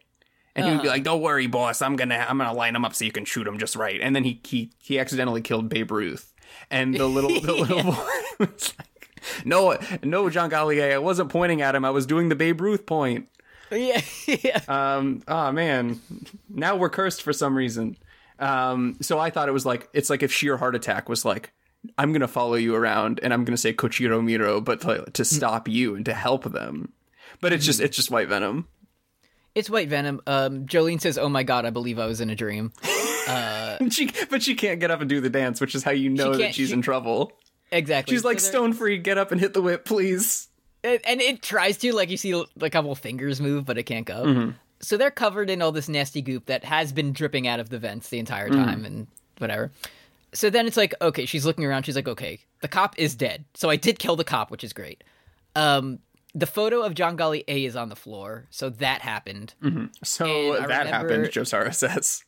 Speaker 3: And he would be like, "Don't worry, boss. I'm gonna I'm gonna line him up so you can shoot him just right." And then he he, he accidentally killed Babe Ruth, and the little the little boy was like, "No, no, John Gallier, I wasn't pointing at him. I was doing the Babe Ruth point."
Speaker 2: Yeah, yeah.
Speaker 3: Um, oh man, now we're cursed for some reason. Um, so I thought it was like it's like if sheer heart attack was like, I'm gonna follow you around and I'm gonna say Kochiro Miro, but to, to
Speaker 2: Mm.
Speaker 3: stop you and to help them. But it's just it's just white venom.
Speaker 2: It's White Venom. Um, Jolene says, "Oh my god, I believe I was in a dream,"
Speaker 3: she but she can't get up and do the dance, which is how you know that
Speaker 2: can't-
Speaker 3: she's
Speaker 2: she-
Speaker 3: in trouble.
Speaker 2: Exactly.
Speaker 3: She's like
Speaker 2: So they're-
Speaker 3: stone free. Get up and hit the whip, please.
Speaker 2: and, and it tries to like you see l- a couple fingers move, but it can't go. So they're covered in all this nasty goop that has been dripping out of the vents the entire time and whatever. So then it's like, okay, she's looking around. She's like, okay, the cop is dead. So I did kill the cop, which is great. Um, the photo of John Golly A is on the floor, so that happened.
Speaker 3: Mm. So
Speaker 2: Mm-hmm. And I
Speaker 3: that happened.
Speaker 2: remember-
Speaker 3: Josara says.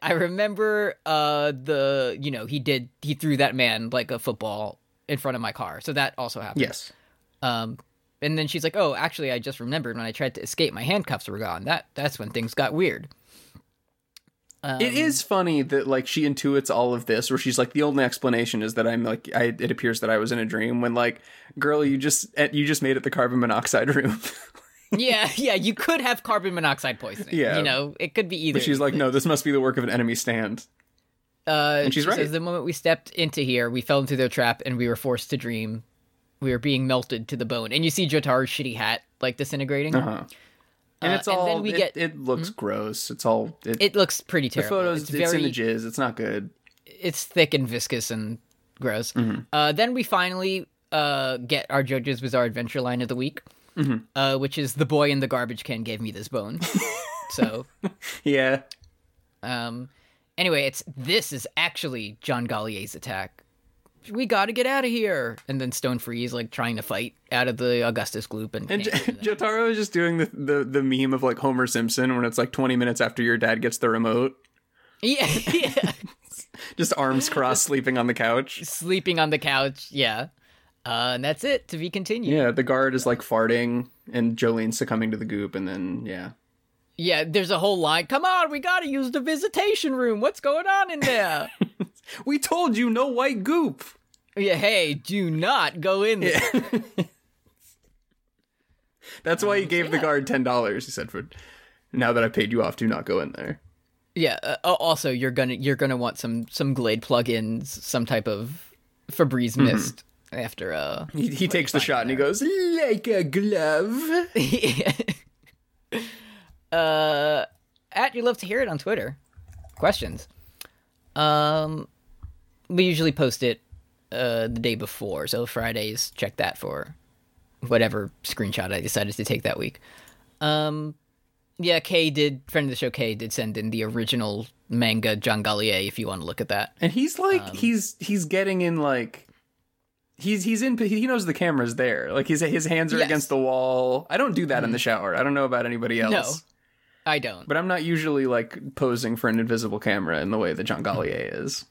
Speaker 2: I remember uh the you know he did he threw that man like a football in front of my car, so that also happened.
Speaker 3: Yes.
Speaker 2: Um, and then she's like, "Oh, actually, I just remembered when I tried to escape, my handcuffs were gone. That that's when things got weird."
Speaker 3: it is funny that like she intuits all of this where she's like the only explanation is that i'm like I, it appears that i was in a dream when like girl you just eh, you just made it the carbon monoxide room
Speaker 2: yeah, yeah, you could have carbon monoxide poisoning.
Speaker 3: Yeah.
Speaker 2: you know, it could be either.
Speaker 3: but she's like no this must be the work of an enemy stand
Speaker 2: uh,
Speaker 3: and she's
Speaker 2: she
Speaker 3: right.
Speaker 2: says, "The moment we stepped into here, we fell into their trap, and we were forced to dream. We were being melted to the bone." And you see Jotaro's shitty hat like disintegrating.
Speaker 3: uh-huh and
Speaker 2: Uh,
Speaker 3: it's
Speaker 2: and
Speaker 3: all
Speaker 2: then we
Speaker 3: it,
Speaker 2: get- Hmm?
Speaker 3: it looks gross it's all it,
Speaker 2: It looks pretty
Speaker 3: the
Speaker 2: terrible.
Speaker 3: photos
Speaker 2: it's
Speaker 3: it's,
Speaker 2: very
Speaker 3: in the jizz it's not good
Speaker 2: it's thick and viscous and gross.
Speaker 3: Mm-hmm.
Speaker 2: Uh, then we finally uh, get our JoJo's Bizarre Adventure line of the week,
Speaker 3: Mm-hmm.
Speaker 2: uh, which is the boy in the garbage can gave me this bone. so,
Speaker 3: yeah
Speaker 2: um, anyway, it's this is actually John Gallier's attack. We got to get out of here. And then Stone Freeze like trying to fight out of the Augustus gloop and,
Speaker 3: and J-
Speaker 2: can't do that.
Speaker 3: jotaro is just doing the, the the meme of like homer simpson when it's like 20 minutes after your dad gets the remote
Speaker 2: yeah, yeah.
Speaker 3: just arms crossed sleeping on the couch
Speaker 2: sleeping on the couch. Yeah. Uh, and that's it to be continued.
Speaker 3: Yeah, the guard is like farting and Jolene succumbing to the goop and then yeah.
Speaker 2: Yeah, there's a whole line. Come on, we gotta use the visitation room. What's going on in there?
Speaker 3: We told you no white goop.
Speaker 2: yeah, hey, do not go in there.
Speaker 3: That's why
Speaker 2: Oh,
Speaker 3: he gave the guard ten dollars, he said for now that I paid you off, do not go in there.
Speaker 2: Yeah. uh, oh, also, you're gonna you're gonna want some some Glade plugins, some type of Febreze mist after uh.
Speaker 3: He, he takes the shot and he goes, like a glove.
Speaker 2: uh, at you love to hear it on Twitter. Questions. Um, we usually post it uh the day before, so Fridays. Check that for whatever screenshot I decided to take that week. Um, yeah, Kay did friend of the show. Kay did send in the original manga John Gallier if you want to look at that.
Speaker 3: And he's like
Speaker 2: Um,
Speaker 3: he's he's getting in like he's he's in he knows the camera's there. Like his his hands are
Speaker 2: Yes. Mm.
Speaker 3: against the wall. I don't do that in the shower. I don't know about anybody else.
Speaker 2: No. I don't.
Speaker 3: But I'm not usually like posing for an invisible camera in the way that John Gallier is.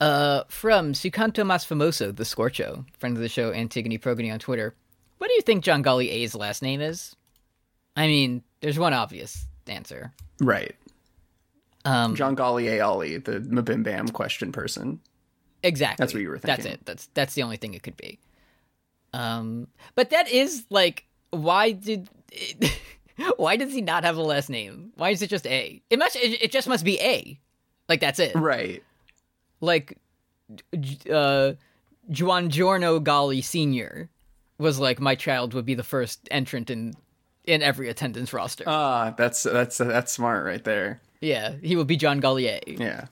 Speaker 2: Uh, from Sukanto Mas Famoso, the Scorcho, friend of the show, Antigone Progony on Twitter. What do you think John Golly A's last name is? I mean, there's one obvious answer.
Speaker 3: Right.
Speaker 2: Um,
Speaker 3: John Gallier Ali, the Mabim Bam question person.
Speaker 2: Exactly.
Speaker 3: That's what you were
Speaker 2: That's
Speaker 3: thinking.
Speaker 2: it. That's that's the only thing it could be. Um, but that is like, why did, why does he not have a last name? Why is it just A? It must. It, it just must be A. Like that's it.
Speaker 3: Right.
Speaker 2: like J- uh Juan Giorno Gali Sr. was like my child would be the first entrant in in every attendance roster.
Speaker 3: Ah, that's that's that's smart right there.
Speaker 2: yeah, he would be John Gallier.
Speaker 3: Yeah.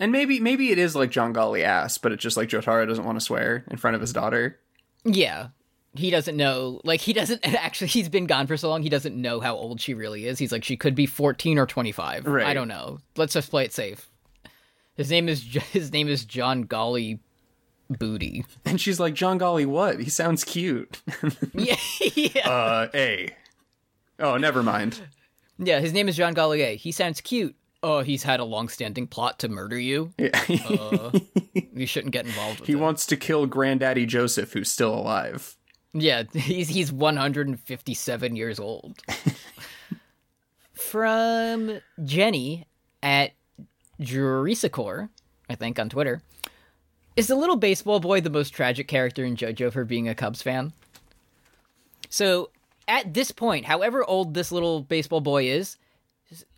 Speaker 3: And maybe maybe it is like John Galli ass, but it's just like Jotaro doesn't want to swear in front of his daughter.
Speaker 2: Yeah. he doesn't know like he doesn't actually he's been gone for so long he doesn't know how old she really is he's like she could be 14 or 25
Speaker 3: Right.
Speaker 2: i don't know let's just play it safe his name is Jo- his name is john golly booty
Speaker 3: And she's like, John Golly, what? He sounds cute.
Speaker 2: yeah yeah.
Speaker 3: uh, A. Oh, never mind.
Speaker 2: yeah his name is john gollier he sounds cute oh he's had a long-standing plot to murder you Uh,
Speaker 3: Yeah.
Speaker 2: you shouldn't get involved with
Speaker 3: he
Speaker 2: it.
Speaker 3: wants to kill Granddaddy Joseph, who's still alive.
Speaker 2: Yeah, he's he's 157 years old. From Jenny at Jurisicore, I think on Twitter. Is the little baseball boy the most tragic character in JoJo for being a Cubs fan? So, at this point, however old this little baseball boy is,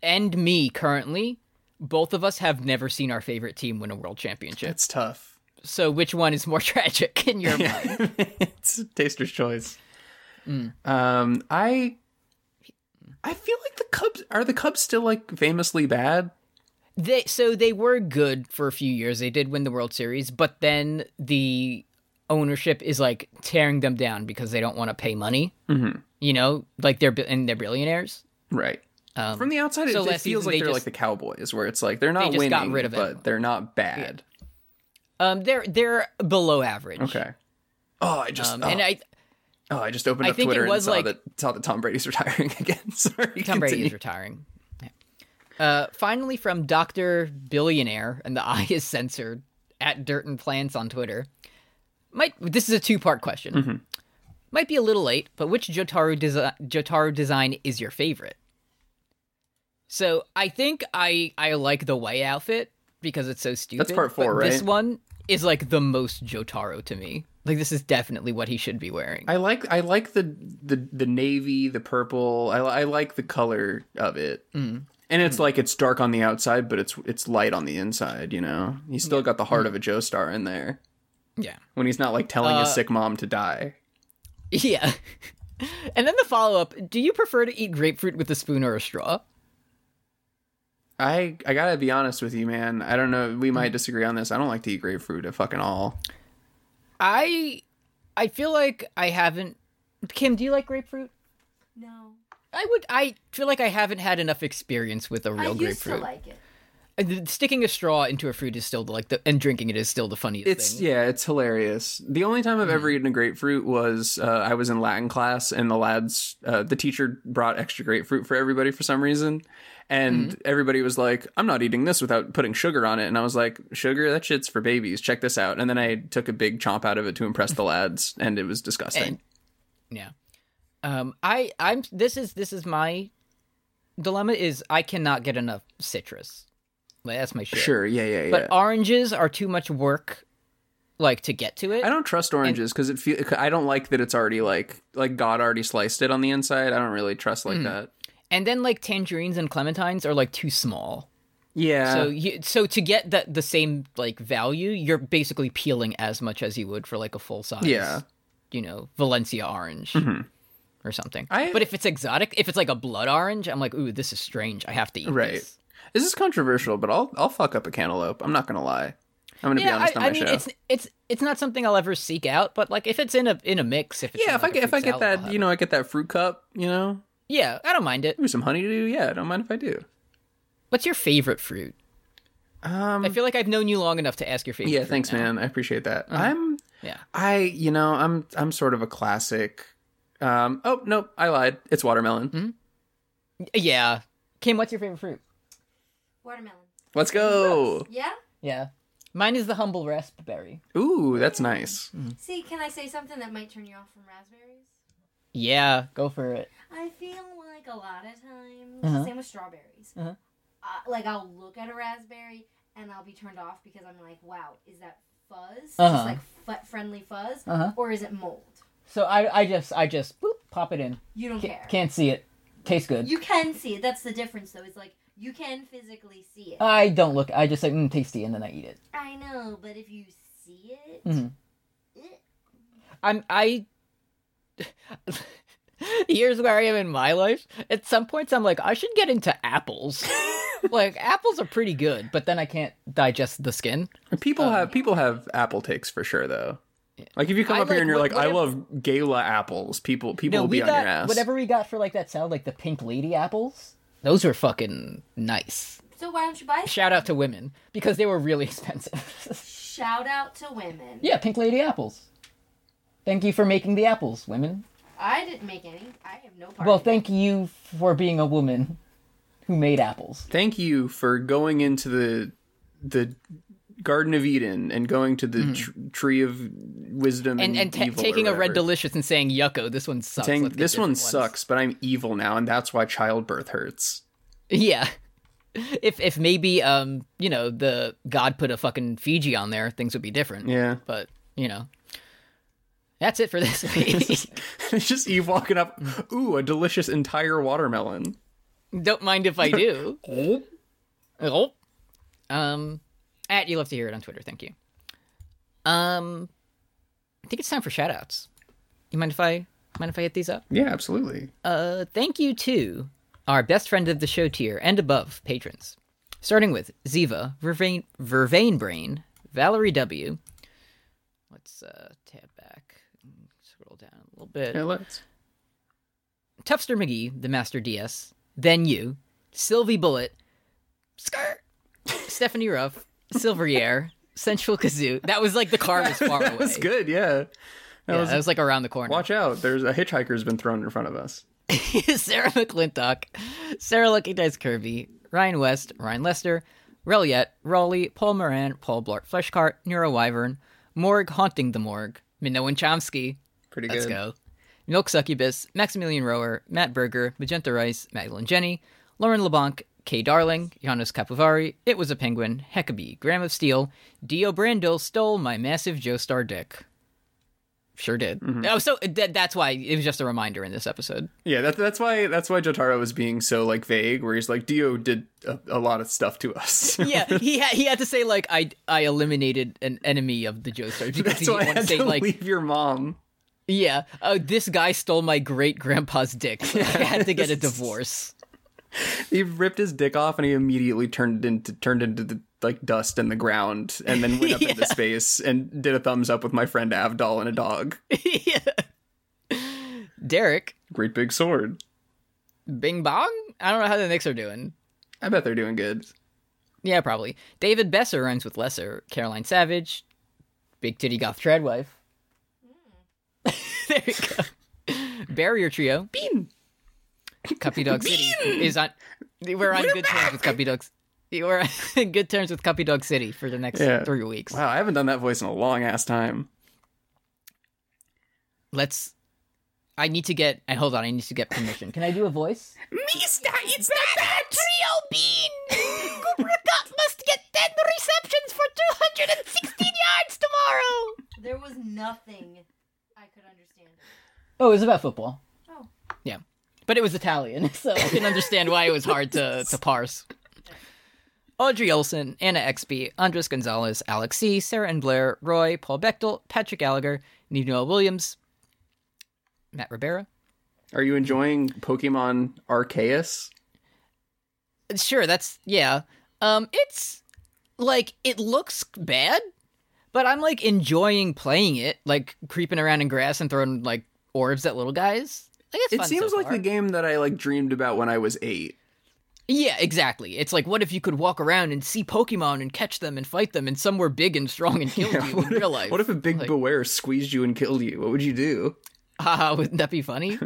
Speaker 2: and me currently, both of us have never seen our favorite team win a world championship.
Speaker 3: It's tough.
Speaker 2: So, which one is more tragic in your mind?
Speaker 3: it's a taster's choice. Um, I I feel like the Cubs are the Cubs still like famously bad.
Speaker 2: They so they were good for a few years. They did win the World Series, but then the ownership is like tearing them down because they don't want to pay money. Mm-hmm. You know, like they're bi- and they're billionaires.
Speaker 3: Right.
Speaker 2: Um,
Speaker 3: From the outside,
Speaker 2: so
Speaker 3: it, it
Speaker 2: last
Speaker 3: feels
Speaker 2: season
Speaker 3: like
Speaker 2: they
Speaker 3: they're
Speaker 2: just-
Speaker 3: like the Cowboys, where it's like they're not
Speaker 2: just
Speaker 3: winning,
Speaker 2: got rid of
Speaker 3: but
Speaker 2: everyone.
Speaker 3: they're not bad.
Speaker 2: um, they're they're below average.
Speaker 3: Okay. Oh, I just
Speaker 2: Um,
Speaker 3: oh,
Speaker 2: and I
Speaker 3: oh, I just opened
Speaker 2: I
Speaker 3: up
Speaker 2: think it
Speaker 3: Twitter
Speaker 2: was,
Speaker 3: and saw
Speaker 2: like-
Speaker 3: that saw that Tom Brady's retiring again. Sorry,
Speaker 2: Tom Brady
Speaker 3: continue.
Speaker 2: is retiring. Yeah. Uh, finally, from Doctor Billionaire, and the I is censored at Dirt and Plants on Twitter. Might this is a two part question?
Speaker 3: Mm-hmm.
Speaker 2: Might be a little late, but which Jotaro desi- Jotaro design is your favorite? So I think I I like the way outfit because it's so stupid.
Speaker 3: part four,
Speaker 2: but This
Speaker 3: right?
Speaker 2: one is like the most Jotaro to me. Like this is definitely what he should be wearing.
Speaker 3: I like I like the the the navy, the purple. I, li- I like the color of it.
Speaker 2: Mm.
Speaker 3: And it's like it's dark on the outside, but it's it's light on the inside. You know, he's still got the heart of a Joe star in there
Speaker 2: yeah.
Speaker 3: when he's not like telling
Speaker 2: Uh,
Speaker 3: his sick mom to die.
Speaker 2: Yeah. And then the follow up Do you prefer to eat grapefruit with a spoon or a straw?
Speaker 3: I I gotta be honest with you, man. I don't know. We might disagree on this. I don't like to eat grapefruit at fucking all.
Speaker 2: I I feel like I haven't Kim, do you like grapefruit?
Speaker 4: No.
Speaker 2: I would I feel like I haven't had enough experience with a
Speaker 4: I
Speaker 2: real
Speaker 4: used
Speaker 2: grapefruit.
Speaker 4: to like it.
Speaker 2: Uh, th- Sticking a straw into a fruit is still the, like the and drinking it is still the funniest
Speaker 3: It's Mm.
Speaker 2: thing.
Speaker 3: yeah, it's hilarious. The only time I've ever eaten a grapefruit was uh, I was in Latin class, and the lads, uh, the teacher brought extra grapefruit for everybody for some reason, and everybody was like, "I'm not eating this without putting sugar on it," and I was like, "Sugar? That shit's for babies. Check this out." And then I took a big chomp out of it to impress the lads, and it was disgusting.
Speaker 2: Yeah. Um I I'm this is this is my dilemma is I cannot get enough citrus. Like that's my shit.
Speaker 3: Sure, yeah, yeah, yeah.
Speaker 2: But oranges are too much work like to get to it.
Speaker 3: I don't trust oranges because it feel. I don't like that it's already like like God already sliced it on the inside. I don't really trust
Speaker 2: Hmm.
Speaker 3: like that.
Speaker 2: and then like tangerines and clementines are like too small
Speaker 3: Yeah.
Speaker 2: so you, so to get that the same like value you're basically peeling as much as you would for like a full size
Speaker 3: Yeah. Mm-hmm.
Speaker 2: you know valencia orange or something
Speaker 3: I-
Speaker 2: but if it's exotic if it's like a blood orange i'm like ooh this is strange i have to eat
Speaker 3: Right.
Speaker 2: this.
Speaker 3: This is controversial, but I'll I'll fuck up a cantaloupe. I'm not gonna lie. I'm gonna be
Speaker 2: yeah
Speaker 3: honest
Speaker 2: I,
Speaker 3: on my
Speaker 2: I mean
Speaker 3: show.
Speaker 2: it's it's it's not something i'll ever seek out but like if it's in a in a mix if it's
Speaker 3: yeah,
Speaker 2: in,
Speaker 3: if I
Speaker 2: like, a
Speaker 3: get if I
Speaker 2: fruit
Speaker 3: get
Speaker 2: salad, I'll
Speaker 3: that,
Speaker 2: have it.
Speaker 3: you know, I get that fruit cup, you know,
Speaker 2: yeah i don't mind it
Speaker 3: maybe some honeydew. Yeah, I don't mind if I do.
Speaker 2: what's your favorite fruit
Speaker 3: Um,
Speaker 2: i feel like i've known you long enough to ask your favorite
Speaker 3: yeah,
Speaker 2: fruit
Speaker 3: thanks,
Speaker 2: now. Mm-hmm.
Speaker 3: man. I appreciate that. I'm
Speaker 2: yeah
Speaker 3: I you know I'm I'm sort of a classic. Um, oh nope, I lied. It's watermelon.
Speaker 2: Mm-hmm. yeah kim what's your favorite fruit
Speaker 4: Watermelon.
Speaker 3: Let's
Speaker 2: Oh.
Speaker 3: go.
Speaker 4: Yeah?
Speaker 2: Yeah. Mine is the humble raspberry.
Speaker 3: Ooh, that's nice.
Speaker 4: See, can I say something that might turn you off from raspberries?
Speaker 2: Yeah, go for it.
Speaker 4: I feel like a lot of times,
Speaker 2: Uh-huh.
Speaker 4: same with strawberries.
Speaker 2: Uh-huh.
Speaker 4: Uh, like I'll look at a raspberry and I'll be turned off because I'm like, wow, is that fuzz?
Speaker 2: Uh-huh.
Speaker 4: Just like f- friendly fuzz,
Speaker 2: Uh-huh.
Speaker 4: or is it mold?
Speaker 2: So I, I just, I just boop, pop it in.
Speaker 4: You don't
Speaker 2: Ca-
Speaker 4: care.
Speaker 2: Can't see it. Tastes good.
Speaker 4: You can see it. That's the difference, though. It's like you can physically see it.
Speaker 2: I don't look. I just say mm, tasty, and then I eat it.
Speaker 4: I know, but if you see it,
Speaker 2: Mhm.
Speaker 4: eh,
Speaker 2: I'm I. Here's where I am in my life. At some points, I'm like, I should get into apples. like apples are pretty good, but then I can't digest the skin. Um,
Speaker 3: People have people have apple takes for sure though. Like if you come
Speaker 2: I
Speaker 3: up here
Speaker 2: like
Speaker 3: and you're
Speaker 2: what-
Speaker 3: like, I
Speaker 2: whatever-
Speaker 3: love gala apples, people people
Speaker 2: No,
Speaker 3: will
Speaker 2: we
Speaker 3: be on
Speaker 2: got
Speaker 3: your ass.
Speaker 2: whatever we got for like that salad, like the pink lady apples. Those were fucking nice.
Speaker 4: So why don't you buy?
Speaker 2: Shout out to women because they were really expensive.
Speaker 4: Shout out to women.
Speaker 2: yeah, pink lady apples. Thank you for making the apples, women.
Speaker 4: I didn't make any. I have no part.
Speaker 2: Well,
Speaker 4: in it.
Speaker 2: thank you for being a woman who made apples.
Speaker 3: Thank you for going into the the Garden of Eden and going to the tr- Tree of Wisdom and,
Speaker 2: Mm-hmm. And and ta-
Speaker 3: evil or
Speaker 2: taking a red
Speaker 3: whatever.
Speaker 2: delicious and saying, "Yucko, this one sucks."
Speaker 3: Saying
Speaker 2: let's get
Speaker 3: this
Speaker 2: different
Speaker 3: one
Speaker 2: ones."
Speaker 3: sucks, but I'm evil now, and that's why childbirth hurts.
Speaker 2: Yeah. If if maybe um you know the God put a fucking Fiji on there, things would be different.
Speaker 3: Yeah.
Speaker 2: But you know, that's it for this week.
Speaker 3: it's just Eve walking up.
Speaker 2: Mm.
Speaker 3: Ooh, a delicious entire watermelon.
Speaker 2: Don't mind if I do.
Speaker 3: Oh,
Speaker 2: Oh. Um, at you love to hear it on Twitter. Thank you. Um, I think it's time for shout outs. You mind if I mind if I hit these up?
Speaker 3: yeah, absolutely.
Speaker 2: Uh, thank you to our best friend of the show tier and above patrons, starting with Ziva, Vervain, Vervain Brain, Valerie W. Let's uh, tab back and scroll down a little bit.
Speaker 3: Yeah, let's.
Speaker 2: Tufster McGee, the Master DS, then you, Sylvie Bullet, Skirt, Stephanie Ruff, Silverrier, Sensual Kazoo. That was like the car was far away.
Speaker 3: That's good. Yeah. That
Speaker 2: Yeah,
Speaker 3: was-
Speaker 2: that was like around the corner.
Speaker 3: Watch out! There's a hitchhiker's been thrown in front of us.
Speaker 2: Sarah McClintock, Sarah Lucky Dice Kirby, Ryan West, Ryan Lester, Reliet, Raleigh, Paul Moran, Paul Blart Fleshcart, Neuro Wyvern, Morg Haunting the Morgue, Minoan Chomsky,
Speaker 3: Pretty
Speaker 2: Let's
Speaker 3: good.
Speaker 2: go. Milk Succubus, Maximilian Rower, Matt Berger, Magenta Rice, Magdalene Jenny, Lauren LeBlanc, Kay Darling, Janos Capivari, It Was a Penguin, Heckabee, Graham of Steel, Dio Brando stole my massive Joestar dick. Sure did. Oh, so that that's why it was just a reminder in this episode.
Speaker 3: Yeah, that, that's why that's why Jotaro was being so like vague, where he's like, Dio did a, a lot of stuff to us.
Speaker 2: Yeah, he had, he had to say like I I eliminated an enemy of the Joestar because he
Speaker 3: that's why I
Speaker 2: didn't want to
Speaker 3: had
Speaker 2: say
Speaker 3: to
Speaker 2: like
Speaker 3: leave your mom.
Speaker 2: yeah, oh this guy stole my great grandpa's dick. So I had to get a divorce.
Speaker 3: He ripped his dick off, and he immediately turned into turned into the like dust in the ground, and then went up into space and did a thumbs up with my friend Avdol and a dog.
Speaker 2: yeah. Derek,
Speaker 3: Great big sword.
Speaker 2: Bing Bong? I don't know how the Knicks are doing.
Speaker 3: I bet they're doing good.
Speaker 2: Yeah, probably. David Besser runs with Lesser, Caroline Savage, Big Titty Goth Treadwife. there you go. Barrier Trio. Bean. Cuppy Dog City is on. We're on good terms with Cuppy Dogs. We're on good terms with Cuppy Dog City for the next
Speaker 3: Yeah.
Speaker 2: three weeks.
Speaker 3: Wow, I haven't done that voice in a long ass time.
Speaker 2: Let's. I need to get. And hold on, I need to get permission. Can I do a voice?
Speaker 5: Mista, it's the bad trio bean! Kubricot must get 10 receptions for 216 yards tomorrow!
Speaker 4: There was nothing I could understand.
Speaker 2: Oh, it was about football.
Speaker 4: Oh.
Speaker 2: Yeah. But it was Italian, so I can understand why it was hard to, to parse. Audrey Olson, Anna XB, Andres Gonzalez, Alex C, Sarah and Blair, Roy, Paul Bechtel, Patrick Gallagher, Nino Williams, Matt Ribera.
Speaker 3: Are you enjoying Pokemon Arceus?
Speaker 2: Sure, that's yeah. Um it's like it looks bad, but I'm like enjoying playing it, like creeping around in grass and throwing like orbs at little guys. Like it's
Speaker 3: It
Speaker 2: fun so
Speaker 3: seems like
Speaker 2: far.
Speaker 3: the game that I like dreamed about when I was eight.
Speaker 2: Yeah, exactly. It's like, what if you could walk around and see Pokemon and catch them and fight them, and some were big and strong and killed you in
Speaker 3: What if-
Speaker 2: real life?
Speaker 3: What if a big
Speaker 2: Like-
Speaker 3: beware squeezed you and killed you? What would you do?
Speaker 2: Haha, wouldn't that be funny?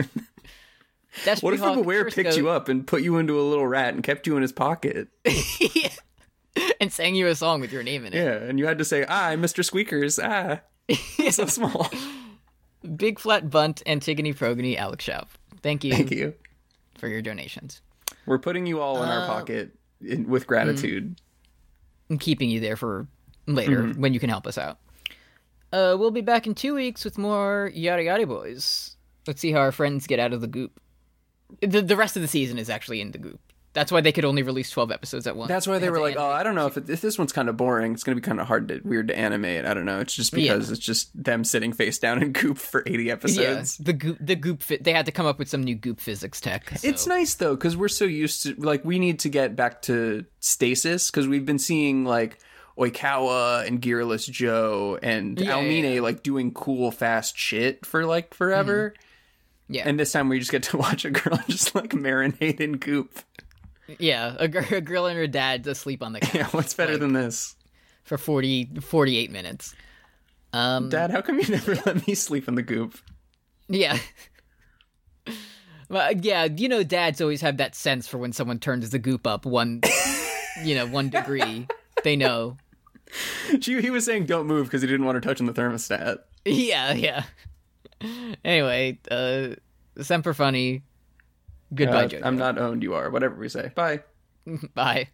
Speaker 2: That's
Speaker 3: What if a beware picked you up and put you into a little rat and kept you in his pocket?
Speaker 2: and sang you a song with your name in it?
Speaker 3: Yeah, and you had to say, "Ah, Mr. Squeakers, ah." so small.
Speaker 2: Big Flat Bunt, Antigone Progony, Alex Schaub. Thank you,
Speaker 3: Thank you.
Speaker 2: for your donations.
Speaker 3: We're putting you all in our pocket in, with gratitude.
Speaker 2: I'm keeping you there for later
Speaker 3: Mm-hmm.
Speaker 2: when you can help us out. Uh, we'll be back in two weeks with more Yada Yada Boys. Let's see how our friends get out of the goop. The, the rest of the season is actually in the goop. That's why they could only release 12 episodes at once.
Speaker 3: That's why they were
Speaker 2: to
Speaker 3: like, "Oh, I don't know if, it, if this one's kind of boring. It's going to be kind of hard to weird to animate. I don't know. It's just because it's just them sitting face down in goop for 80
Speaker 2: yeah,
Speaker 3: episodes."
Speaker 2: the goop, the goop fi- They had to come up with some new goop physics tech. so-
Speaker 3: It's nice though because we're so used to like we need to get back to stasis because we've been seeing like Oikawa and Gearless Joe and
Speaker 2: Yeah,
Speaker 3: Almine
Speaker 2: yeah, yeah.
Speaker 3: like doing cool fast shit for like forever.
Speaker 2: Mm-hmm. Yeah.
Speaker 3: And this time we just get to watch a girl just like marinate in goop.
Speaker 2: Yeah, a, gir- a girl and her dad asleep on the couch
Speaker 3: Yeah, what's better than this?
Speaker 2: for 40, 48 minutes. Um,
Speaker 3: Dad, how come you never let me sleep in the goop?
Speaker 2: yeah. Well, yeah, you know, dads always have that sense for when someone turns the goop up one, you know, one degree. They know.
Speaker 3: She, he was saying don't move because he didn't want her touching the thermostat.
Speaker 2: Yeah, yeah. Anyway, uh, Semper Funny. Goodbye,
Speaker 3: Uh,
Speaker 2: Jojo.
Speaker 3: I'm not owned, you are. Whatever we say. Bye.
Speaker 2: Bye.